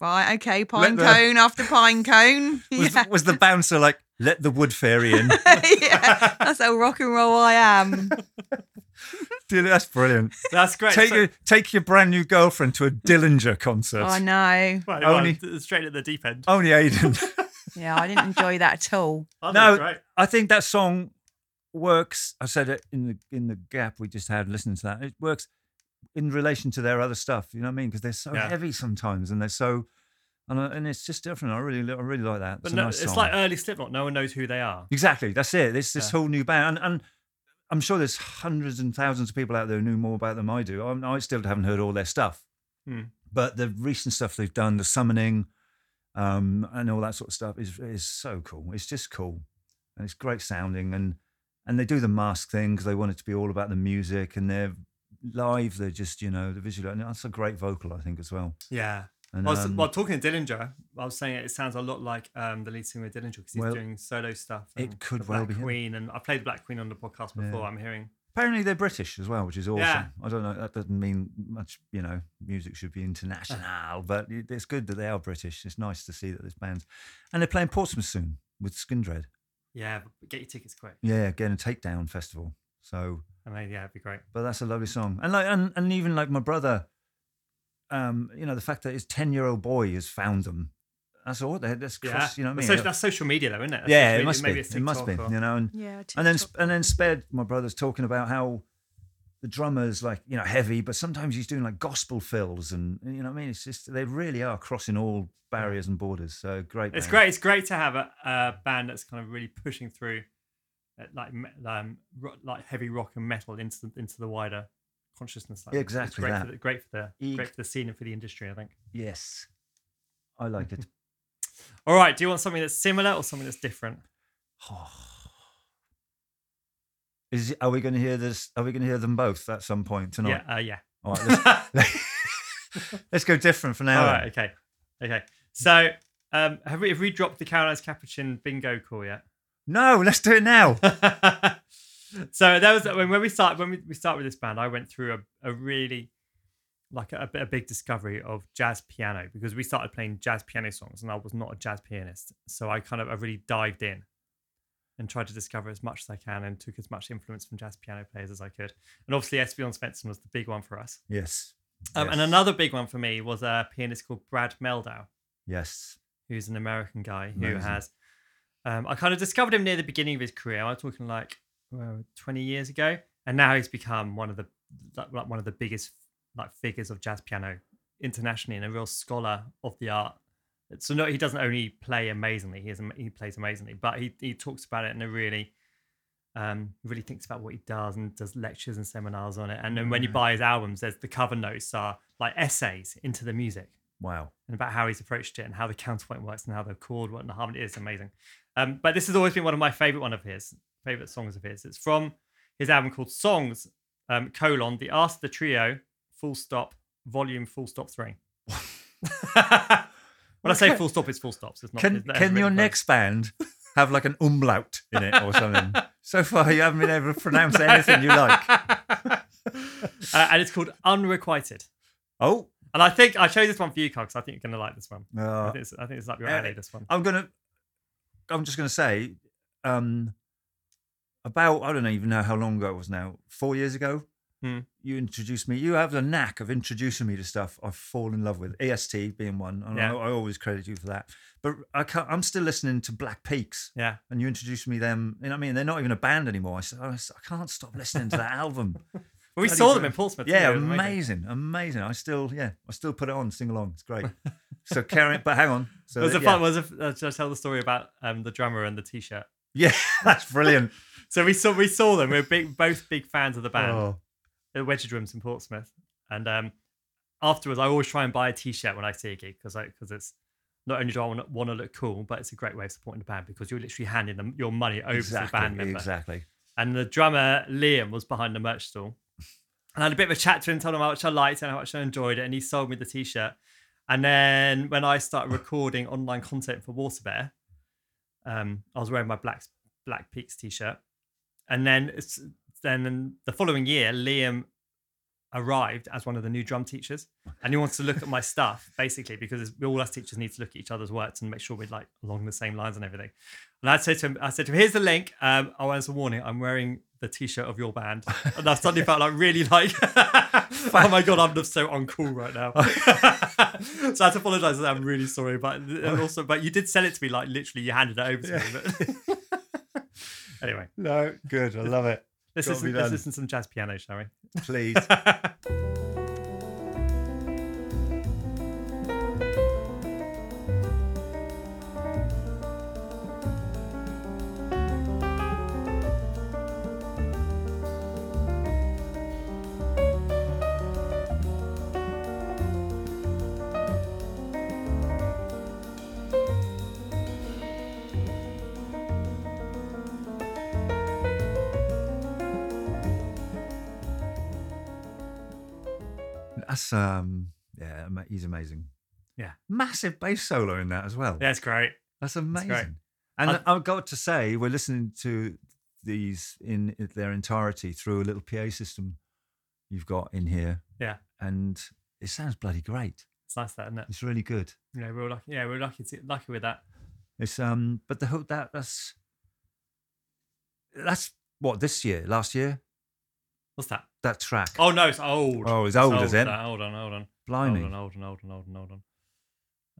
S3: right okay pine
S1: the-
S3: cone after pine cone
S1: Was,
S3: yeah.
S1: was the bouncer like, let the wood fairy in?
S3: yeah that's how rock and roll I am
S1: Dude, That's brilliant.
S2: That's great.
S1: Take
S2: So-
S1: your take your brand new girlfriend to a Dillinger concert.
S3: Oh, I know
S2: Right,
S1: Only-
S2: well, straight at the deep end.
S1: Only Aiden.
S3: yeah I didn't enjoy that at all
S2: Oh,
S1: no.
S2: that's great.
S1: I think that song works. I said it in the in the gap we just had listening to that. It works in relation to their other stuff. You know what I mean? Because they're so
S2: Yeah.
S1: heavy sometimes, and they're so and, I, and it's just different. I really li- I really like that.
S2: But
S1: it's a
S2: no,
S1: nice
S2: it's
S1: song.
S2: like early Slipknot. No one knows who they are.
S1: exactly that's it. It's this
S2: Yeah.
S1: whole new band, and, and I'm sure there's hundreds and thousands of people out there who knew more about them than I do. I'm, I still haven't heard all their stuff,
S2: Hmm.
S1: but the recent stuff they've done, the summoning, um, and all that sort of stuff is is so cool. It's just cool, and it's great sounding, and and they do the mask thing because they want it to be all about the music, and they're live. They're just you know the visual, and that's a great vocal, I think, as well.
S2: Yeah.
S1: And,
S2: I was,
S1: um,
S2: well, talking to Dillinger, I was saying it, it sounds a lot like um, the lead singer of Dillinger because he's
S1: Well,
S2: doing solo stuff.
S1: it
S2: and
S1: could
S2: the
S1: well
S2: Black
S1: be him.
S2: Queen, and I played Black Queen on the podcast
S1: Yeah.
S2: before. I'm hearing
S1: Apparently they're British as well, which is awesome.
S2: Yeah.
S1: I don't know. That doesn't mean much. You know, music should be international, but it- it's good that they are British. It's nice to see that this band's and they're playing Portsmouth soon with Skindred.
S2: Yeah, but get your tickets quick.
S1: Yeah, again a takedown festival. So,
S2: I mean, yeah, it'd be great.
S1: but that's a lovely song. And like, and, and even like my brother, um, you know, the fact that his ten-year-old boy has found them. That's all. that- That's
S2: Yeah,
S1: cross, you know what I mean?
S2: So, that's social media, though, isn't it? That's
S1: yeah, it
S2: social media.
S1: must be.
S2: Maybe it's
S1: It must be.
S2: TikTok or-
S1: You know, and
S3: yeah
S1: and then and then spared my brother's talking about how the drummer's like you know heavy, but sometimes he's doing like gospel fills, and and you know what I mean. It's just they really are crossing all barriers and borders. So great.
S2: It's
S1: band.
S2: great. It's great to have a, a band that's kind of really pushing through, uh, like me- um, ro- like heavy rock and metal into the, into the wider consciousness. Like
S1: Yeah,
S2: that. It's
S1: exactly
S2: great
S1: that. E
S2: For the, great for the
S1: Eek.
S2: great for the scene and for the industry. I think.
S1: Yes, I like it.
S2: All right. Do you want something that's similar or something that's different?
S1: Is are we going to hear this? Are we going to hear them both at some point tonight?
S2: Yeah. Uh, yeah.
S1: All right, let's, let's go different for now.
S2: All
S1: then.
S2: right. Okay. Okay. So. Um, have we have we dropped the Caroline's Capuchin bingo call yet?
S1: No, let's do it now.
S2: so that was when, when we start when we, we start with this band i went through a, a really like a, a big discovery of jazz piano because we started playing jazz piano songs and i was not a jazz pianist so i kind of i really dived in and tried to discover as much as i can and took as much influence from jazz piano players as i could and obviously esbjorn svensson was the big one for us
S1: yes.
S2: um, and
S1: Yes.
S2: another big one for me was a pianist called brad meldow
S1: Yes.
S2: who's an American guy who
S1: Amazing.
S2: has. Um, I kind of discovered him near the beginning of his career. I'm talking like well, 20 years ago, and now he's become one of the like like one of the biggest like figures of jazz piano internationally and a real scholar of the art. So no, he doesn't only play amazingly; he is am- he plays amazingly, but he he talks about it in a really um, really thinks about what he does and does lectures and seminars on it. And then when you
S1: Yeah.
S2: buy his albums, there's the cover notes are like essays into the music
S1: Wow.
S2: and about how he's approached it and how the counterpoint works and how the chord what and the harmony is amazing. Um, but this has always been one of my favorite one of his favorite songs of his. It's from his album called Songs um, colon the Ask the Trio full stop volume full stop three. when I say full stop, it's full stops. It's not.
S1: Can
S2: it's not-
S1: can
S2: it's
S1: your
S2: really close.
S1: next band have like an umlaut in it or something? so far, you haven't been able to pronounce anything you like.
S2: Uh, and it's called Unrequited.
S1: Oh,
S2: And I think I chose this one for you, Carl, because I think you're going to like this one. I,
S1: uh,
S2: think it's, I think it's up your
S1: uh,
S2: alley. This one.
S1: I'm gonna. I'm just gonna say, um, about I don't even know how long ago it was now. Four years ago,
S2: Hmm.
S1: you introduced me. You have the knack of introducing me to stuff I've fallen in love with. EST being one, and
S2: Yeah.
S1: I, I always credit you for that. But I can't, I'm still listening to Black Peaks,
S2: Yeah.
S1: and you introduced me them. You know what I mean? They're not even a band anymore. I said, "Oh, I s- I can't stop listening to that album.
S2: Well, we
S1: bloody
S2: saw them
S1: brilliant.
S2: in Portsmouth. didn't
S1: Yeah,
S2: we? It was
S1: amazing, amazing. I still, yeah, I still put it on, sing along. It's great. so carry it, but hang on. So
S2: It was
S1: that-
S2: a fun. Was a, uh, should I tell the story about um, the drummer and the t-shirt?
S1: yeah, yeah, that's brilliant.
S2: So we saw we saw them. We were big, both big fans of the band
S1: Oh.
S2: at Wedged Rooms in Portsmouth. And um, afterwards, I always try and buy a t-shirt when I see a gig because because it's not only do I want, want to look cool, but it's a great way of supporting the band because you're literally handing them your money over to the band member.
S1: Exactly.
S2: And the drummer Liam was behind the merch stall. And I had a bit of a chat to him, told him how much I liked it and how much I enjoyed it, and he sold me the t-shirt. And then when I started recording online content for Water Bear, um, I was wearing my black Black Peaks t-shirt. And then it's, then the following year, Liam arrived as one of the new drum teachers, and he wants to look at my stuff basically because we- all us teachers need to look at each other's works and make sure we're like along the same lines and everything. And I said to him, I said to him, "Here's the link. Um, oh, as a warning, I'm wearing the t-shirt of your band," and I suddenly felt like really like, oh my god, I'm just so uncool right now. so I had to apologise. and say, I'm really sorry, but and also, but you did sell it to me like literally, you handed it over to me. But anyway,
S1: No, good. I love it.
S2: let's
S1: Gotta be
S2: listen, let's
S1: done.
S2: listen to some jazz piano, shall we?
S1: Please. That's um, yeah, ama- he's amazing.
S2: Yeah.
S1: Massive bass solo in that as well.
S2: That's great.
S1: That's
S2: great.
S1: amazing. And
S2: I-
S1: I, have got to say, we're listening to these in their entirety through a little PA system you've got in here.
S2: Yeah.
S1: And it sounds bloody great.
S2: It's nice that, isn't it?
S1: It's really good.
S2: You know, we were lucky. Yeah, we were lucky to, lucky with that.
S1: It's um, but the hook that that's that's what this year, last year,
S2: What's that?
S1: that track.
S2: Oh no, it's old. uh,
S1: Oh, it's old, is it?
S2: that. Hold on, hold on,
S1: Blimey.
S2: hold on, hold on, hold on, hold on, hold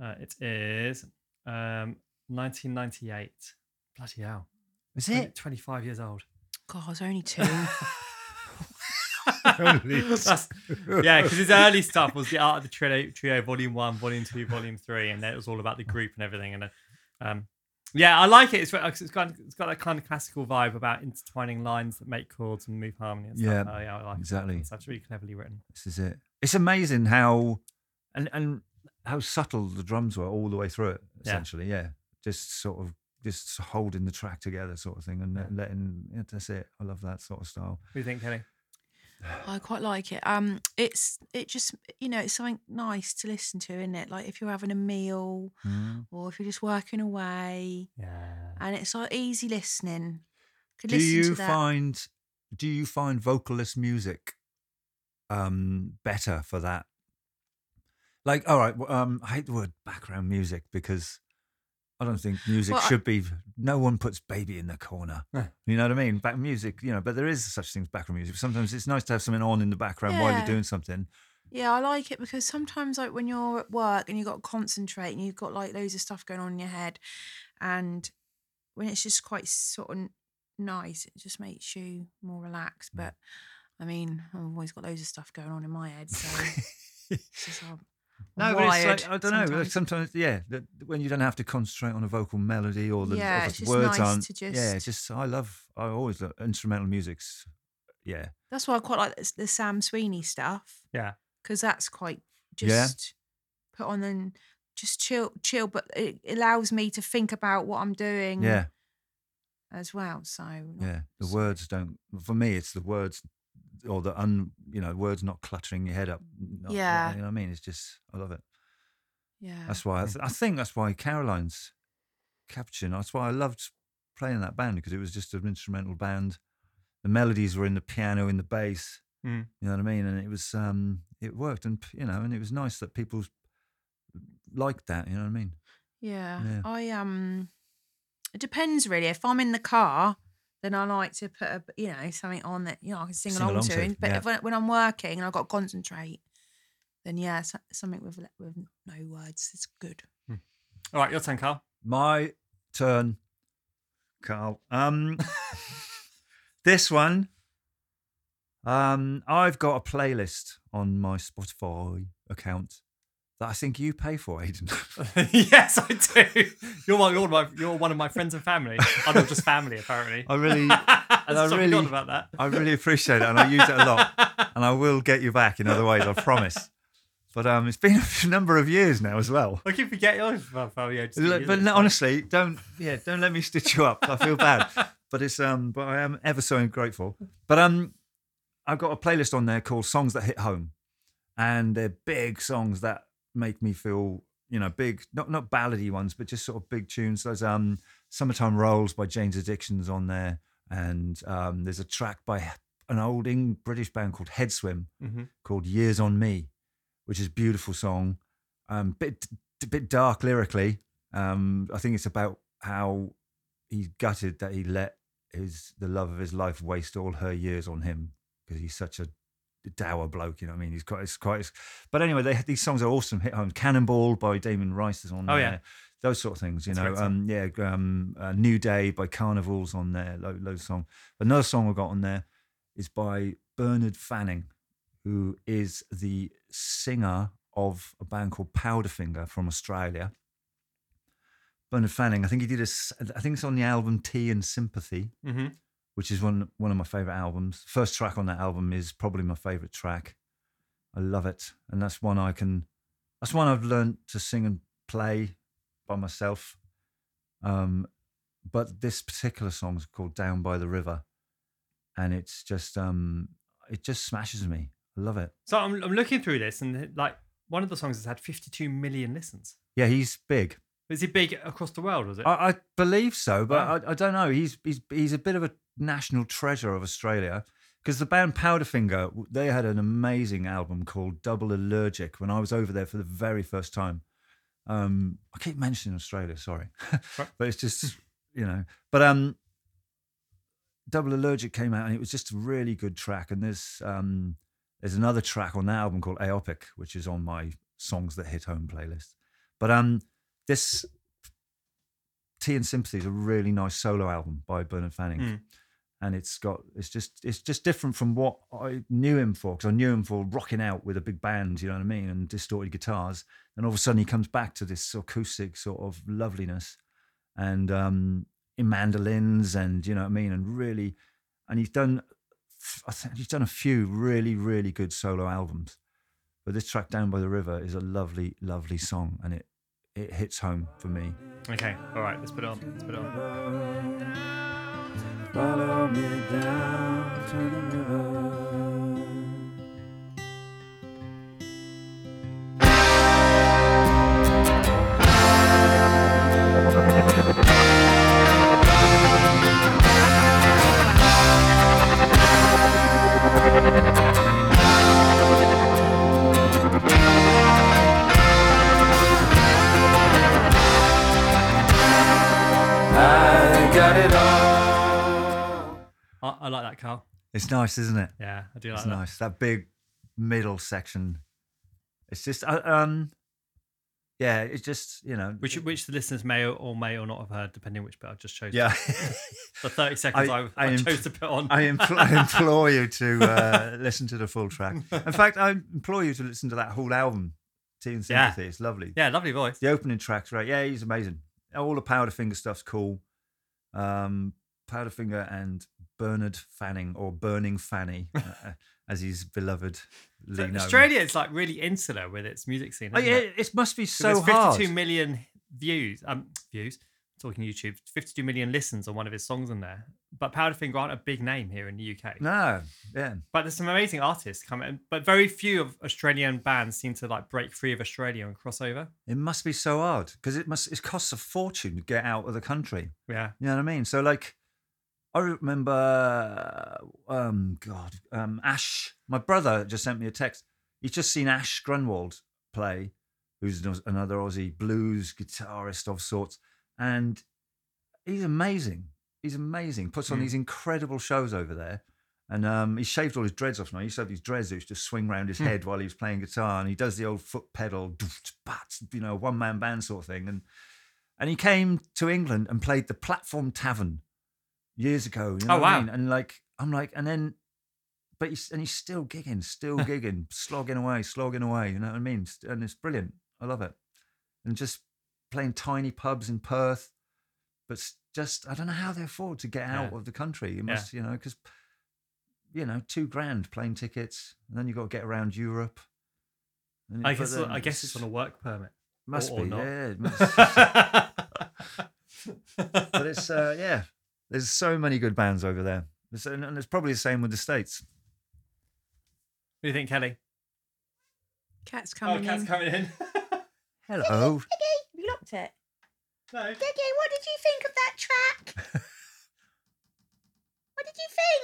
S2: on. Uh, it is um, 1998. Bloody hell!
S1: Is
S2: Twen-
S1: it?
S2: 25 years old.
S3: God, I was only two.
S2: That's, yeah, because his early stuff was the Art of the Trio, Trio Volume One, Volume Two, Volume Three, and then it was all about the group and everything. And uh, um, yeah, I like it. It's, it's got it's got that kind of classical vibe about intertwining lines that make chords and move harmony. And stuff.
S1: Yeah,
S2: oh, yeah, I like
S1: exactly.
S2: It. It's actually really cleverly written.
S1: This is it. It's amazing how and and how subtle the drums were all the way through it.
S2: Yeah.
S1: Essentially, yeah, just sort of just holding the track together, sort of thing, and let- letting yeah, that's it. I love that sort of style.
S2: What do you think, Kelly?
S3: I quite like it. Um, it's it just you know it's something nice to listen to, isn't it? Like if you're having a meal or if you're just working away,
S2: Yeah.
S3: and it's like easy listening. Could
S1: Do
S3: listen
S1: you
S3: to that.
S1: find do you find vocalist music um better for that? Like, all right, w- um, I hate the word background music because I don't think music
S3: Well, I- Eh.
S1: should be. No one puts baby in the corner.
S2: No.
S1: You know what I mean? Back music, you know, but there is such thing as background music. Sometimes it's nice to have something on in the background while you're
S3: Yeah.
S1: doing something.
S3: Yeah, I like it because sometimes, like when you're at work and you've got to concentrate and you've got like loads of stuff going on in your head, and when it's just quite sort of n- nice, it just makes you more
S1: Mm.
S3: relaxed. But I mean, I've always got loads of stuff going on in my head, so it's just, I'm
S1: No, but it's
S3: wired
S1: like, I don't know. Sometimes,
S3: sometimes.
S1: sometimes yeah, that when you don't have to concentrate on a vocal melody or the,
S3: Yeah,
S1: or
S3: it's
S1: the
S3: just
S1: words
S3: nice
S1: aren't.
S3: to
S1: yeah,
S3: just-
S1: just I love. I always love instrumental music's. Yeah,
S3: That's why I quite like the- the Sam Sweeney stuff
S2: Yeah.
S3: because that's quite
S1: Yeah.
S3: just put on and just chill, chill. But it allows me to think about what I'm doing,
S1: yeah,
S3: as well. So not
S1: yeah. The
S3: s-
S1: words don't. For me, it's the words, or the un. You know, words not cluttering your head up. not-
S3: Yeah.
S1: you know what I mean. It's just I love it.
S3: yeah,
S1: That's why I, th- I think that's why Caroline's caption. That's why I loved playing that band because it was just an instrumental band. The melodies were in the piano, in the bass.
S2: Mm.
S1: You know what I mean? And it was um, it worked, and p- you know, and it was nice that people liked that. You know what I mean?
S3: Yeah.
S1: Yeah.
S3: I um it depends really. If I'm in the car, then I like to put a you know, something on that, you know, I can sing,
S1: Sing
S3: along,
S1: along
S3: to.
S1: to,
S3: and- But
S1: yeah.
S3: if I, when I'm working and I've got to concentrate, then yeah, so, something with le- with no words is good.
S2: All right, your turn, Carl.
S1: My turn, Carl. Um, this one, um, I've got a playlist on my Spotify account that I think you pay for, Aidan.
S2: yes, I do. You're one, you're, my, you're one of my friends and family. I'm not just family, apparently.
S1: I really,
S2: and
S1: I really-
S2: about that.
S1: I really appreciate it, and I use it a lot. And I will get you back in other ways, I promise. But um, it's been a number of years now as well.
S2: I keep forgetting. Oh, well, well, yeah, just
S1: Look,
S2: use
S1: but
S2: it.
S1: no, honestly, don't yeah, don't let me stitch you up. I feel bad, but it's um, but I am ever so grateful. But um, I've got a playlist on there called "Songs That Hit Home," and they're big songs that make me feel you know big, not not ballady ones, but just sort of big tunes. There's um, "Summertime Rolls" by Jane's Addiction's on there, and um, there's a track by an old Eng- British band called Head Swim
S2: Mhm.
S1: called "Years on Me," which is a beautiful song. Um, bit a bit dark lyrically. Um, I think it's about how he's gutted that he let his the love of his life waste all her years on him because he's such a dour bloke. You know what I mean? He's quite it's quite. It's, but anyway, they, these songs are awesome. Hit home, Cannonball by Damon Rice is on
S2: Oh,
S1: there.
S2: yeah.
S1: Those sort of things, you
S2: That's a
S1: know.
S2: great song.
S1: Um, yeah, um, uh, New Day by Carnival's on there. Low, low song. Another song I got on there is by Bernard Fanning, who is the singer of a band called Powderfinger from Australia. Bernard Fanning, I think he did a, s- I think it's on the album Tea and Sympathy,
S2: Mhm.
S1: which is one one of my favorite albums. First track on that album is probably my favorite track. I love it, and that's one I can. That's one I've learned to sing and play by myself. Um, but this particular song's called "Down by the River," and it's just um, it just smashes me. I love it.
S2: So I'm, I'm looking through this, and like one of the songs has had 52 million listens.
S1: Yeah, he's big.
S2: Is it big across the world? Was it?
S1: I, I believe so, but
S2: Wow.
S1: I, I don't know. He's he's he's a bit of a national treasure of Australia because the band Powderfinger w- they had an amazing album called Double Allergic when I was over there for the very first time. Um, I keep mentioning Australia, sorry,
S2: Right.
S1: but it's just you know. But um, Double Allergic came out and it was just a really good track. And there's um, there's another track on that album called Aopic, which is on my songs that hit home playlist. But um, this Tea and Sympathy is a really nice solo album by Bernard Fanning.
S2: Mm.
S1: and it's got it's just it's just different from what I knew him for because I knew him for rocking out with a big band, you know what I mean, and distorted guitars, and all of a sudden he comes back to this acoustic sort of loveliness, and um, in mandolins and you know what I mean, and really, and he's done, I think he's done a few really really good solo albums, but this track "Down by the River" is a lovely lovely song, and it it hits home for me.
S2: Okay, all right, let's put it on. Let's put it on.
S1: Follow me down to the river.
S4: I got it all.
S2: I, I like that, Carl.
S1: It's nice, isn't it?
S2: Yeah, I do like
S1: It's
S2: that.
S1: nice. That big middle section. It's just, uh, um, yeah, it's just, you know.
S2: Which, which the listeners may or may or not have heard, depending which bit I've just chosen.
S1: yeah.
S2: The 30 seconds I,
S1: I-
S2: I,
S1: I am-
S2: chose to put on.
S1: I, impl- I implore you to uh, listen to the full track. In fact, I implore you to listen to that whole album, Tea and
S2: Yeah.
S1: Sympathy. It's lovely.
S2: yeah, lovely voice.
S1: The opening track's right. Yeah, he's amazing. All the Powderfinger stuff's cool. Um, Powderfinger and Bernard Fanning, or Burning Fanny, uh, as he's beloved.
S2: So
S1: Leno.
S2: Australia is like really insular with its music scene.
S1: Oh,
S2: isn't
S1: yeah,
S2: it?
S1: it? must be
S2: 'Cause
S1: so
S2: there's 52
S1: hard.
S2: million views. Um, views. I'm talking YouTube. 52 million listens on one of his songs in there. But Powderfinger aren't a big name here in the UK.
S1: No, yeah,
S2: But there's some amazing artists coming. But very few of Australian bands seem to like break free of Australia and cross over.
S1: it must be so hard because it must. It costs a fortune to get out of the country.
S2: Yeah.
S1: You know what I mean? So like, I remember, um, God, um, Ash. My brother just sent me a text. He's just seen Ash Grunwald play, who's an- another Aussie blues guitarist of sorts, and he's amazing. He's amazing. Puts on
S2: Mm.
S1: these incredible shows over there. And um, he shaved all his dreads off now. He used to have these dreads that used to swing round
S2: Hmm.
S1: his head while he was playing guitar, and he does the old foot pedal, but you know, one man band sort of thing. And and he came to England and played the Platform Tavern years ago. You know
S2: Oh,
S1: what I
S2: wow.
S1: mean? And like, I'm like, and then, but he's and he's still gigging, still gigging, slogging away, slogging away. You know what I mean? And it's brilliant. I love it. And just playing tiny pubs in Perth, but s- just I don't know how they afford to get out
S2: Yeah.
S1: of the country. You must, you know, because you know, two grand plane tickets, and then you got to get around Europe. And-
S2: I
S1: but
S2: guess
S1: then
S2: I guess it's on a work permit.
S1: must
S2: or- or
S1: be,
S2: not.
S1: yeah. it must- but
S2: but
S1: it's uh, yeah, there's so many good bands over there, It's- and and it's probably the same with the states.
S2: What do you think,
S1: Oh,
S2: Kelly? Oh,
S3: Cat's coming in.
S2: coming in.
S1: Hello.
S3: Have you locked it?
S2: no.
S3: Diggy, what did you think of that track? what did you think?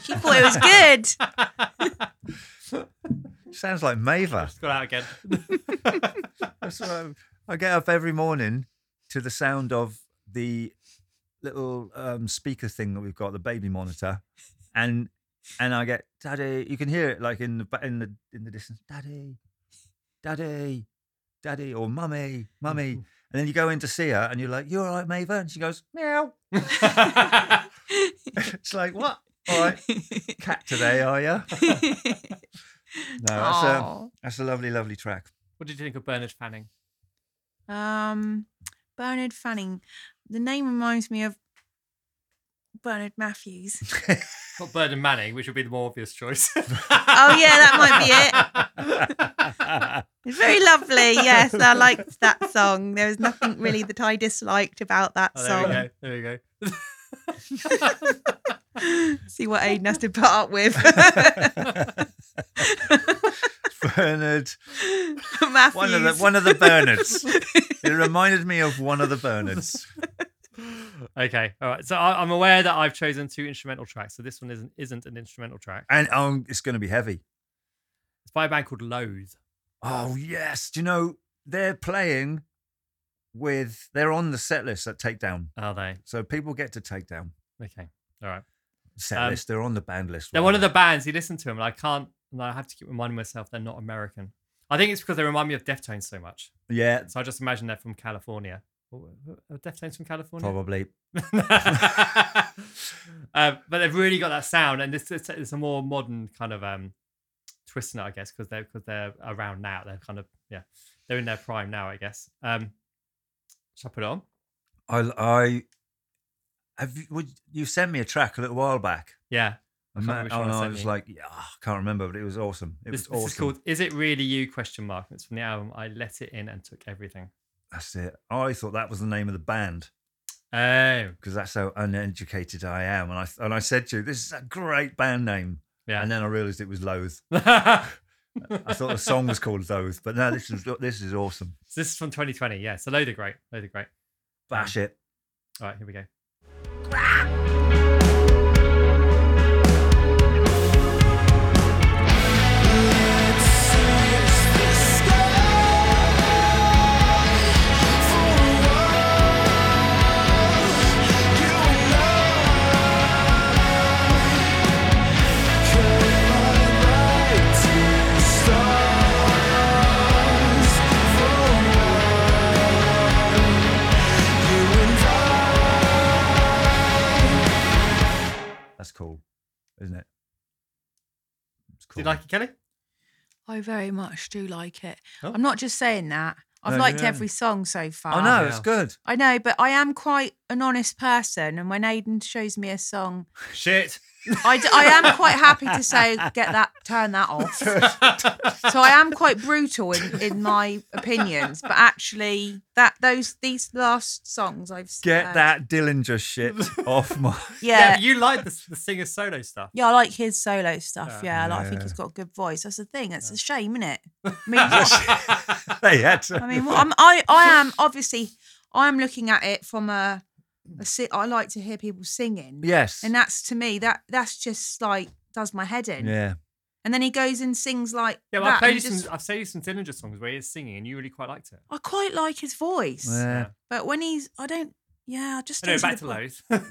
S3: She thought it was good.
S1: Sounds like Maver.
S2: Just got out again.
S1: That's what I, um, I get up every morning to the sound of the little um, speaker thing that we've got, the baby monitor, and and I get daddy. You can hear it like in the ba- in the in the distance, daddy, daddy, daddy, or mummy, mummy. And then you go in to see her, and you're like, "You all right, Maver?" And she goes, "Meow." It's like, "What? All right, cat today, are you?" No, that's a
S3: Aw.
S1: that's a lovely, lovely track.
S2: what did you think of Bernard Fanning?
S3: Um, Bernard Fanning. The name reminds me of Bernard Matthews.
S2: Not Bernard Manning, which would be the more obvious choice. oh yeah,
S3: that
S2: might
S3: It's very lovely. Yes, I liked that song. There was nothing really that I disliked about that
S2: oh,
S3: song.
S2: there we go.
S3: See what Aiden has to put up with.
S1: Bernard,
S3: Matthews.
S1: one of the one of the Bernards. it reminded me of one of the Bernards.
S2: There we go. okay, all right. So I, I'm aware that I've chosen two instrumental tracks. So this one isn't isn't an instrumental track.
S1: And oh, it's going to be heavy.
S2: It's by a band called Loathe.
S1: Oh yes, do you know they're playing with? They're on the set list at Takedown,
S2: Are they?
S1: so people get to Takedown
S2: Okay, all right.
S1: set
S2: Um,
S1: list. They're on the band list.
S2: They're one of the
S1: rather.
S2: bands you listen to them, and I can't. And I have to keep reminding myself they're not American. I think it's because they remind me of Deftones so much.
S1: yeah,
S2: So I just imagine they're from California. Are Deftones from California?
S1: probably.
S2: uh, but they've really got that sound, and it's, it's, it's a more modern kind of um, twist in it, I guess, because they're because they're around now. They're kind of yeah, they're in their prime now, I guess. Um, shall I put it on?
S1: I, I have you, would, you sent me a track a little while back.
S2: Yeah,
S1: And,
S2: Can't remember
S1: that-
S2: which one
S1: and I
S2: I sent
S1: was
S2: you.
S1: like, yeah, I can't remember, but it was awesome. It
S2: this,
S1: was awesome.
S2: this is called "Is It Really You?" Question mark. It's from the album "I Let It In and Took Everything."
S1: That's it. I thought that was the name of the band
S2: Oh,
S1: because that's how uneducated I am. And I and I said to you, this is a great band name.
S2: yeah.
S1: And then I realised it was Loathe. I thought the song was called Loathe, but no, this is this is awesome.
S2: So this is from 2020. Yeah, so load of great, load of great.
S1: Bash it.
S2: All right, here we go.
S1: That's cool, isn't it? It's
S2: Do
S1: cool.
S2: you like it, Kelly?
S3: I very much do like it.
S2: Oh.
S3: I'm not just saying that. I've
S1: No,
S3: liked
S1: Oh, yeah.
S3: every song so far.
S1: I know
S2: Yeah.
S1: it's good.
S3: I know, but I am quite an honest person. And when Aiden shows me a song,
S2: Shit.
S3: I, d- I am quite happy to say, get that, turn that off. So I am quite brutal in, in my opinions. But actually, that those these last songs I've s-
S1: Get
S3: heard-
S1: that Dillinger shit off my.
S2: yeah,
S3: Yeah.
S2: but you like the, the singer solo stuff.
S3: Yeah, I like his solo stuff.
S2: Yeah.
S3: Yeah, I like, I think
S1: Yeah.
S3: he's got a good voice. That's the thing. That's a shame, isn't it? I mean, what-
S1: They had to.
S3: I mean, what, I'm, I I am obviously I am looking at it from a, a si- I like to hear people singing.
S1: yes.
S3: and that's to me that that's just like does my head in.
S1: yeah.
S3: And then he goes and sings like
S2: Yeah, well,
S3: that.
S2: I've played
S3: and
S2: you
S3: you just-
S2: some. I've played you some Dillinger songs where he's singing, and you really quite liked it.
S3: I quite like his voice,
S1: Yeah.
S3: but when he's I don't. Yeah, I just
S2: Anyway, back
S3: don't
S2: to
S3: see the point.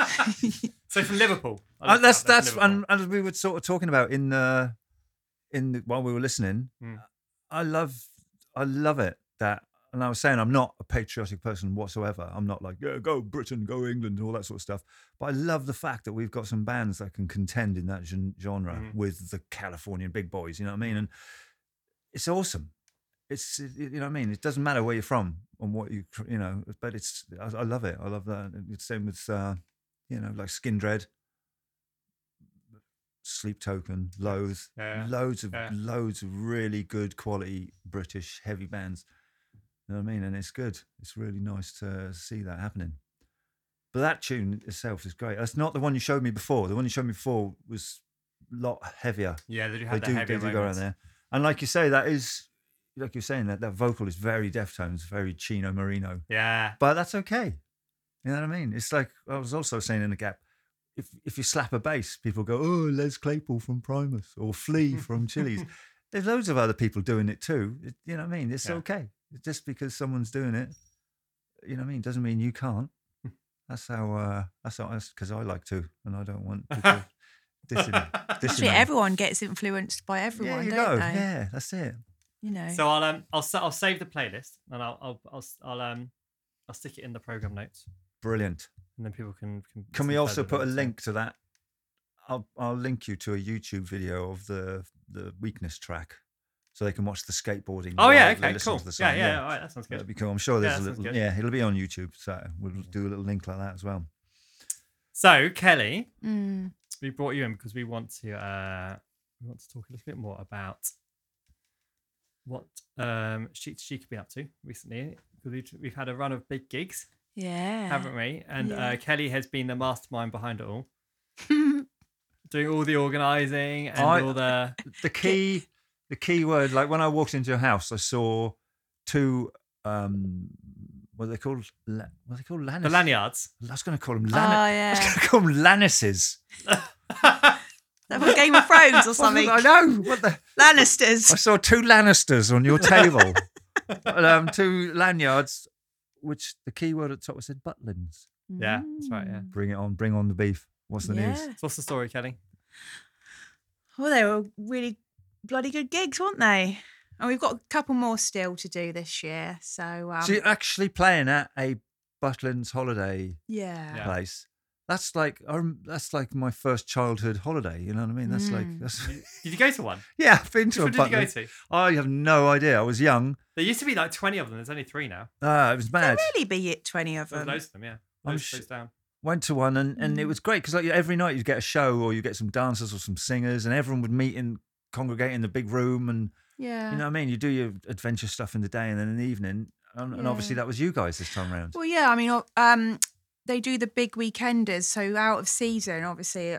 S2: Lowe's. so from Liverpool. I
S1: And Oh,
S2: looked
S1: Uh, that's
S2: it up,
S1: that's
S2: from
S1: and, and as we were sort of talking about in the in the, while we were listening,
S2: Mm.
S1: I love I love it that and I was saying I'm not a patriotic person whatsoever. I'm not like yeah, go Britain, go England, all that sort of stuff. But I love the fact that we've got some bands that can contend in that gen- genre
S2: Mhm.
S1: with the Californian big boys. You know what I mean? And it's awesome. It's it- you know what I mean. It doesn't matter where you're from and what you cr- you know, but it's I, I love it. I love that. And It's same with uh, you know like Skin Dread. Sleep Token, Loads,
S2: Yeah,
S1: loads of
S2: yeah.
S1: loads of really good quality British heavy bands. You know what I mean? And it's good. It's really nice to see that happening. But that tune itself is great. That's not the one you showed me before. The one you showed me before was a lot heavier.
S2: Yeah, they do
S1: They
S2: have that
S1: do, they
S2: heavy
S1: do go around there. And like you say, that is like you're saying that that vocal is very Deftones, very Chino Marino
S2: Yeah,
S1: but that's okay. You know what I mean? It's like I was also saying in the gap. If if you slap a bass, people go, "Oh, Les Claypool from Primus or Flea from Chili's." There's loads of other people doing it too. It- you know what I mean? It's
S2: Yeah.
S1: okay. Just because someone's doing it, you know what I mean, doesn't mean you can't. That's how. Uh, that's how. Because I like to, and I don't want people dissing me. Dissing
S3: Actually,
S1: me.
S3: everyone gets influenced by everyone,
S1: yeah, you
S3: don't
S1: go.
S3: they?
S1: Yeah, that's it.
S3: You know.
S2: So I'll um I'll sa- I'll save the playlist and I'll I'll I'll, s- I'll um I'll stick it in the program notes
S1: Brilliant.
S2: and then people can can.
S1: Can
S2: listen
S1: we also
S2: further
S1: put a
S2: down, so-
S1: link to that? I'll I'll link you to a YouTube video of the the weakness track, so they can watch the skateboarding.
S2: Oh
S1: while
S2: yeah,
S1: they
S2: okay,
S1: listen
S2: cool.
S1: to the song.
S2: Yeah, yeah, all right, that sounds
S1: That'd
S2: good.
S1: be cool. I'm sure
S2: Yeah,
S1: there's
S2: that
S1: a
S2: sounds
S1: little.
S2: good.
S1: oh, Yeah, it'll be on YouTube, so we'll do a little link like that as well.
S2: So Kelly,
S3: Mm.
S2: we brought you in because we want to uh we want to talk a little bit more about what um she she could be up to recently because we've, we've had a run of big gigs,
S3: Yeah.
S2: haven't we? And
S3: Yeah.
S2: uh, Kelly has been the mastermind behind it all, doing all the organising and
S1: I-
S2: all the
S1: The key, the key word. Like when I walked into your house, I saw two. Um, what are they called? La- what are they called? Lannis-
S2: the lanyards.
S1: I was going to call them.
S3: Oh
S1: Lan- I was
S3: yeah.
S1: going to call them Lannises.
S3: That was Game of Thrones or something.
S1: I know. What the. I
S3: Lannisters.
S1: saw two Lannisters on your table, and, um, two lanyards, which the key word at the top said butlins.
S2: Yeah, that's right, yeah.
S3: Mm.
S1: Bring it on, bring on the beef. What's the news?
S3: Yeah.
S2: So what's the story, Kelly?
S3: Well, they were really bloody good gigs, weren't they? And we've got a couple more still to do this year. So um,
S1: uh, so you're actually playing at a Butlins holiday
S3: yeah.
S2: Yeah.
S1: place. That's like I rem- that's like my first childhood holiday. You know what I mean? That's like
S3: Mm.
S1: that's,
S2: Did you go to one?
S1: yeah. I've been
S2: Which
S1: to a
S2: one did you go
S1: Putney.
S2: to?
S1: I have no idea. I was young.
S2: There used to be like 20 of them. There's only three now.
S1: Ah, it was mad.
S3: really be it 20 of
S2: There was
S3: them.
S2: loads of them, yeah.
S1: Um, I'm
S2: Loads,
S1: sh-
S2: loads down.
S1: Went to one and, and it
S3: Hmm.
S1: was great because like every night you'd get a show or you get some dancers or some singers and everyone would meet and congregate in the big room and
S3: Yeah.
S1: you know what I mean. You do your adventure stuff in the day and then in the evening. And, and obviously
S3: Yeah.
S1: that was you guys this time round.
S3: Well, yeah, I mean, o- um, they do the big weekenders, so out of season, obviously, uh,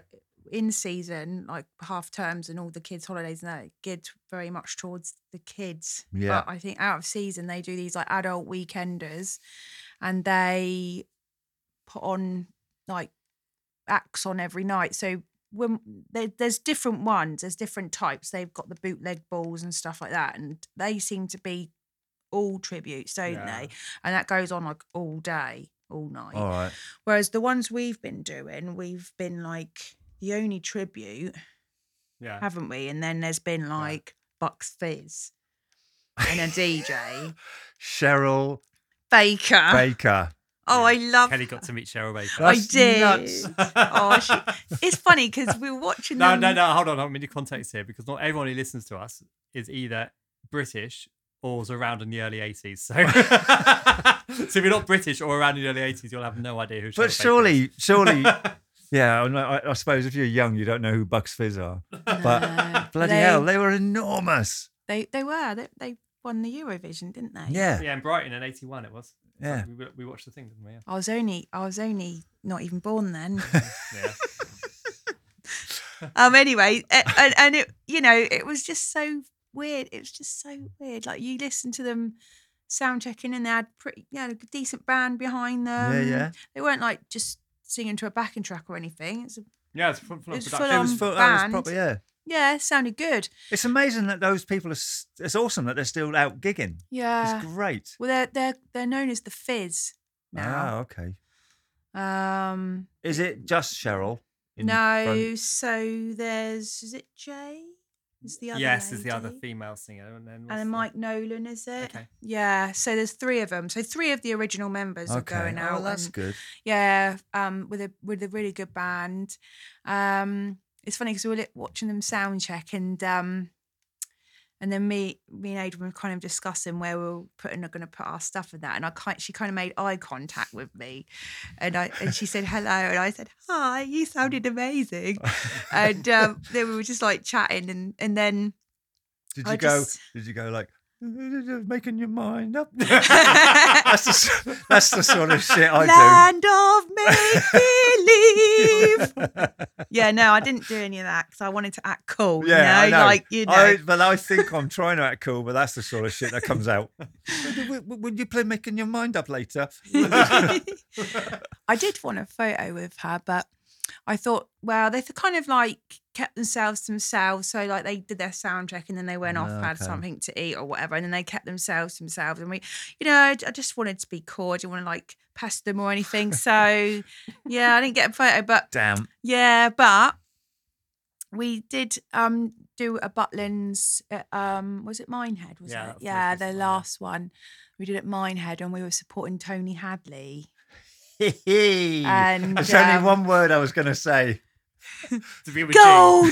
S3: in season, like half terms and all the kids' holidays, and that geared very much towards the kids.
S1: Yeah.
S3: But I think out of season, they do these like adult weekenders, and they put on like acts on every night. So when there, there's different ones, there's different types. They've got the bootleg balls and stuff like that, and they seem to be all tributes, don't
S2: Yeah.
S3: they? And that goes on like all day, all night.
S1: All right.
S3: Whereas the ones we've been doing, we've been like the only tribute,
S2: Yeah.
S3: haven't we? And then there's been like Bucks Fizz and a DJ
S1: Cheryl
S3: Baker.
S1: Baker.
S3: oh, I love.
S2: Kelly got to meet Cheryl Baker.
S3: I
S1: That's
S3: did.
S1: nuts.
S3: oh, she, um, it's funny because we were watching
S2: No,
S3: them.
S2: no, no. Hold on. I'm in the context here because not everyone who listens to us is either British or was around in the early 80s. So, so if you're not British or around in the early 80s, you'll have no idea who. Cheryl Baker
S1: But
S2: is.
S1: surely, surely, yeah. I, know- I, I suppose if you're young, you don't know who Bucks Fizz are. But
S3: No,
S1: bloody
S3: they-
S1: hell, they were enormous.
S3: They they were. They, they won the Eurovision, didn't they?
S1: Yeah,
S2: yeah, in Brighton in '81 it was.
S1: yeah.
S2: We, we watched the thing, didn't we? Yeah.
S3: I was only I was only not even born then.
S2: yeah.
S3: um anyway a- and, and it you know it was just so weird it was just so weird like you listen to them sound checking and they had pretty you know, a decent band behind them
S1: yeah, yeah.
S3: they weren't like just singing to a backing track or anything it's a,
S2: Yeah, it's full, full on
S3: It's
S2: production.
S1: It
S3: full
S1: was
S3: um,
S1: full, that was
S3: band.
S1: proper. Yeah,
S3: yeah it sounded good
S1: it's amazing that those people are. s- It's awesome that they're still out gigging.
S3: yeah
S1: It's great.
S3: well they're they're they're known as the fizz
S1: Ah,
S3: now
S1: okay.
S3: um
S1: Is it just Cheryl? in
S3: no
S1: front?
S3: so there's is it jay is the other
S2: yes, is the other
S3: lady?
S2: female singer, and then what's
S3: and then
S2: the-
S3: Mike Nolan, is it?
S2: Okay.
S3: Yeah. So there's three of them. So three of the original members
S1: Okay.
S3: are going out.
S1: oh, that's
S3: and-
S1: good.
S3: Yeah, um, with a with a really good band. Um, it's funny because we were li- watching them sound check and um, and then me me and Adrian were kind of discussing where we were putting going to put our stuff in that, and I kind she kind of made eye contact with me, and I and she said hello, and I said hi. You sounded amazing, and um, then we were just like chatting, and and then
S1: Did
S3: I
S1: you go?
S3: just-
S1: Did you go like? Making your mind up. that's the s- that's the sort of shit I
S3: land of make believe.
S1: do.
S3: Yeah, no, I didn't do any of that because I wanted to act cool. you
S1: Yeah, I
S3: know,
S1: know.
S3: like you know.
S1: I, but I think I'm trying to act cool, but that's the sort of shit that comes out. Would you play making your mind up later?
S3: I did want a photo with her, but I thought, well, they kind of like kept themselves to themselves. So like they did their sound check and then they went off, had
S1: Ah, Okay.
S3: something to eat or whatever, and then they kept themselves to themselves. And we, you know, I, I just wanted to be cool. I didn't want to like pester them or anything. So yeah, I didn't get a photo, but
S1: Damn.
S3: Yeah, but we did um do a Butlins at, um was it Minehead, was
S2: Yeah,
S3: it?
S2: that's the
S3: Yeah,
S2: latest
S3: the
S2: one, yeah.
S3: last one. We did at Minehead and we were supporting Tony Hadley.
S1: There's
S3: And
S1: only
S3: um,
S1: one word I was going to say.
S2: To be with
S3: Gold!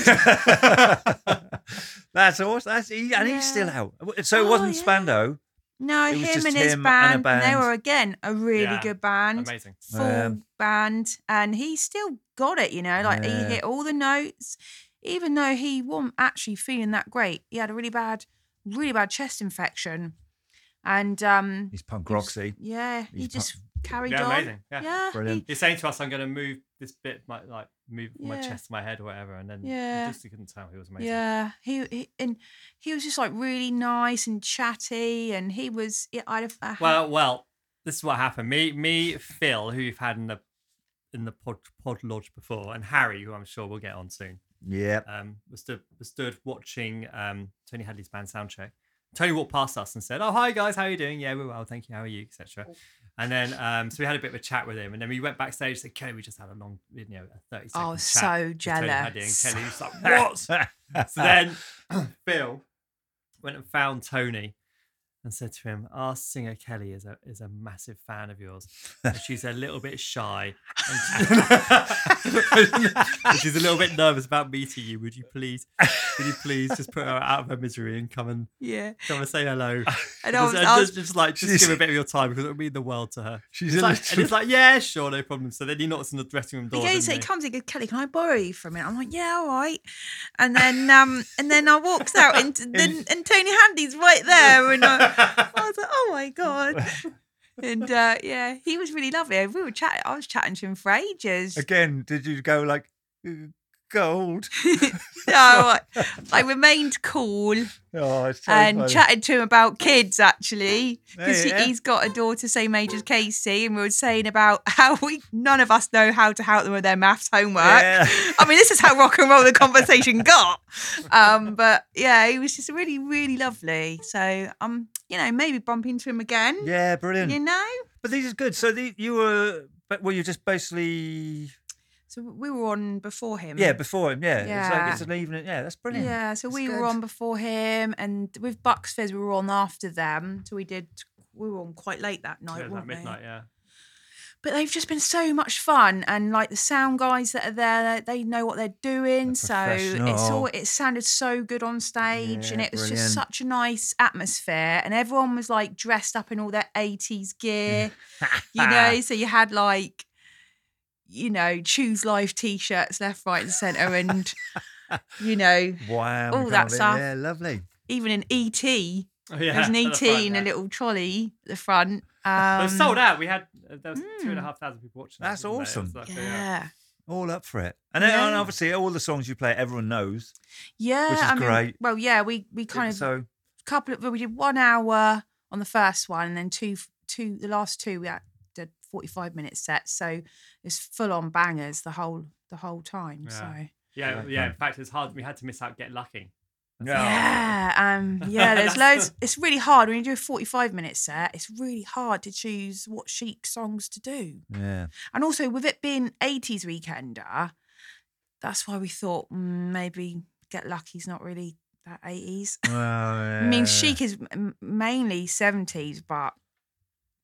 S1: that's awesome. That's, he, and he's still out. So it
S3: Oh,
S1: wasn't
S3: yeah.
S1: Spando.
S3: No,
S1: It was
S3: him
S1: just
S3: and his
S1: him and a
S3: band, and
S1: band.
S3: They were again a really
S2: Yeah,
S3: good
S2: Jane.
S3: band.
S2: Amazing.
S3: Full
S1: Um,
S3: band. And he still got it, you know, like
S1: Yeah.
S3: he hit all the notes, even though he wasn't actually feeling that great. He had a really bad, really bad chest infection. And um
S1: He's punk
S3: He just-
S1: Roxy.
S3: Yeah, he
S1: He's pu-
S3: just carried
S2: Yeah,
S3: on.
S2: amazing. Yeah.
S3: Yeah,
S1: Brilliant.
S3: he-
S2: He's saying to us, "I'm going to move this bit, my, like move my
S3: Yeah.
S2: chest, my head, or whatever," and then
S3: Yeah.
S2: you just couldn't tell he was amazing.
S3: yeah. He, he and he was just like really nice and chatty, and he was. Yeah, I'd have. uh, I had-
S2: Well, well, this is what happened. Me, me, Phil, who you've had in the in the pod, pod lodge before, and Harry, who I'm sure we'll get on soon,
S1: Yeah.
S2: um, was stood, was stood watching um, Tony Hadley's band soundcheck. Tony walked past us and said, "Oh, hi guys, how are you doing? Yeah, we're well, thank you. How are you, etc." And then, um, so we had a bit of a chat with him, and then we went backstage. Said, "Kelly, we just had a long, you know, a thirty second
S3: I was
S2: chat."
S3: so
S2: with Tony Hadley and
S3: jealous.
S2: Kelly was like, "What?" So then Phil went and found Tony and said to him, Our singer Kelly is a, is a massive fan of yours. And she's a little bit shy. And and she's a little bit nervous about meeting you. Would you please, would you please just put her out of her misery and come and
S3: Yeah.
S2: come and say hello?
S3: And
S2: Just,
S3: I was,
S2: and
S3: I was
S2: just, just like just
S1: She's-
S2: give her a bit of your time because it would mean the world to her.
S1: She's
S2: It's
S1: a
S2: like, and
S1: little-
S2: it's like, yeah, sure, no problem. So then he knocks on the dressing room door.
S3: He goes,
S2: doesn't
S3: he
S2: he?
S3: comes, he goes, Kelly, can I borrow you for a minute? I'm like, yeah, all right. And then, um, and then I walks out, and then and Tony Handy's right there, and I, I was like, oh my god. And uh, yeah, he was really lovely. We were chatting. I was chatting to him for ages.
S1: Again, did you go like "Uh, gold?
S3: So I, I remained cool
S1: Oh, it's so
S3: and
S1: funny. Oh,
S3: chatted to him about kids actually, because
S1: Yeah.
S3: he's got a daughter same age as Casey, and we were saying about how we none of us know how to help them with their maths homework.
S1: Yeah.
S3: I mean, this is how rock and roll the conversation got. Um, but yeah, he was just really, really lovely. So um, you know, maybe bump into him again.
S1: yeah, brilliant.
S3: You know.
S1: But these is good. So the, you were, but were you just basically,
S3: So we were on before him.
S1: yeah, before him? Yeah,
S3: Mm. Yeah.
S1: It's, like, it's an evening. Yeah, that's brilliant.
S3: Yeah, so
S1: That's
S3: we
S1: good.
S3: were on before him, and with Bucks Fizz, we were on after them. So we did, we were on quite late that
S2: Yeah,
S3: night,
S2: it was like
S3: weren't we?
S2: midnight, yeah.
S3: But they've just been so much fun, and like the sound guys that are there, they they know what they're doing.
S1: They're
S3: so it's
S1: professional.
S3: all it sounded so good on stage, and
S1: Yeah,
S3: it was
S1: brilliant.
S3: just such a nice atmosphere, and everyone was like dressed up in all their eighties gear, you know. So you had like. You know, choose life t shirts left, right, and centre, and you know,
S1: Wow.
S3: All
S1: we
S3: that
S1: can't be-
S3: stuff.
S1: Yeah, lovely.
S3: even an E ET.
S2: Oh, yeah.
S3: There's an
S2: at
S3: ET
S2: the front,
S3: in
S2: yeah.
S3: a little trolley at the front. Um,
S2: It was sold out. We had uh, there was two and a
S3: Mm.
S2: half thousand people watching.
S1: That's
S2: us, wasn't there? It was
S1: awesome.
S2: like,
S3: Yeah,
S2: uh,
S3: yeah.
S1: All up for it. And, then, and
S3: Yeah.
S1: obviously, all the songs you play, everyone knows. Which is
S3: I mean,
S1: great.
S3: well, yeah, we we kind of
S1: so
S3: couple of we did one hour on the first one, and then two two the last two we had, did 45 minute sets, so it's full on bangers the whole the whole time.
S2: Yeah.
S3: So
S2: Yeah,
S1: Right,
S2: yeah.
S1: right.
S2: In fact, it's hard. We had to miss out. Get lucky.
S3: yeah, um, yeah. There's
S2: That's-
S3: loads. It's really hard when you do a 45 minute set. It's really hard to choose what chic songs to do.
S1: yeah.
S3: And also, with it being 80s weekender, that's why we thought mm, maybe Get Lucky's not really that 80s.
S1: Well, yeah.
S3: I mean, chic is m- mainly 70s, but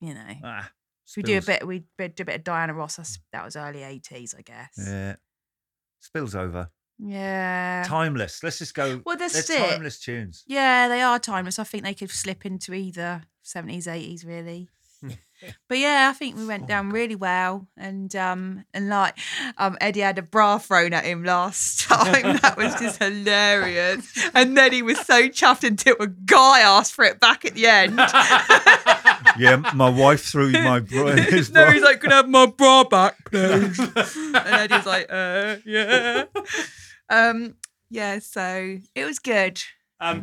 S3: you know,
S1: Ah,
S3: we do a
S1: spills.
S3: bit, we did a bit of Diana Ross. That's, that was early 80s, I guess. Yeah.
S1: Yeah. Spills over. Timeless. Let's just go.
S3: Well, that's
S1: They're
S3: it.
S1: timeless tunes.
S3: Yeah, they are timeless. I think they could slip into either 70s, 80s, really. but yeah, I think we went down really well. And um, and like um, Eddie had a bra thrown at him last time. that was just hilarious. And then he was so chuffed until a guy asked for it back at the end.
S1: yeah, my wife threw my bra. His
S3: no,
S1: bra.
S3: he's like, "Can I have my bra back, please?" and Eddie's like, "Uh, yeah." Um, yeah. So it was good.
S2: Um,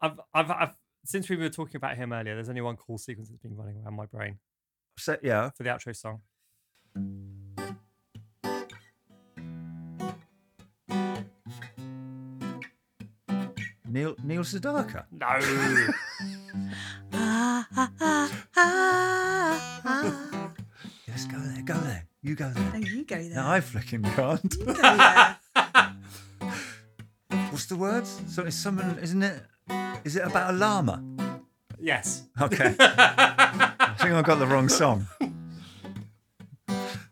S2: I've, I've, I've, since we were talking about him earlier, there's only one call sequence that's been running around my brain
S1: So, yeah.
S2: for the outro song.
S1: Neil Neil Sedaka.
S2: No,
S3: Ah, ah, ah, ah, ah.
S1: Yes, go there. Go there. You go there.
S3: Oh, you go there.
S1: No, I flicking can't.
S3: You go there.
S1: What's the words? So it's someone, isn't it? Is it about a llama?
S2: yes.
S1: Okay.
S2: hold
S1: I think I got the wrong song.
S2: on,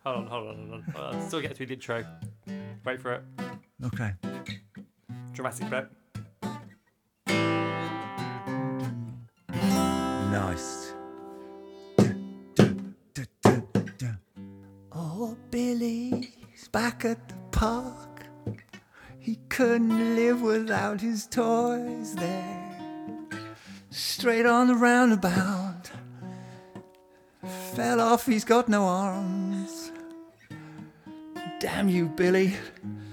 S2: hold on, hold on. Hold on. Still get through the intro. Wait for it.
S1: Okay.
S2: Dramatic bit.
S1: Nice. Oh, Billy's back at the park. He couldn't live without his toys there. Straight on the roundabout. Fell off, he's got no arms. Damn you, Billy.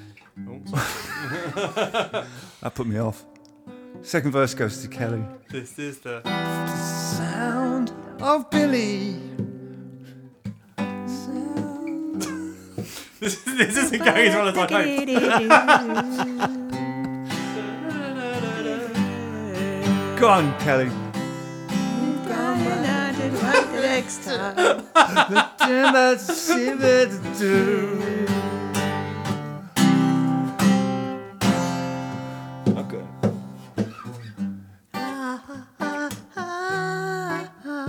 S1: that put me off. Second verse goes to Kelly
S2: This is the.
S1: sound of Billy. Sound.
S2: This, this isn't going as well as I hoped.
S1: Go on, Kelly.
S3: Next time.
S1: Okay.
S3: Ah, ah, ah,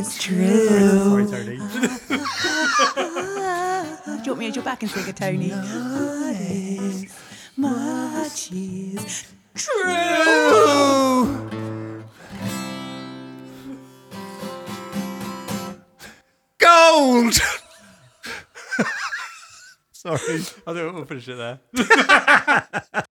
S2: Sorry, Tony.
S3: Do you want me to your back and sing a Tony? Much is true.
S1: Gold. Sorry.
S2: I think we'll finish it there.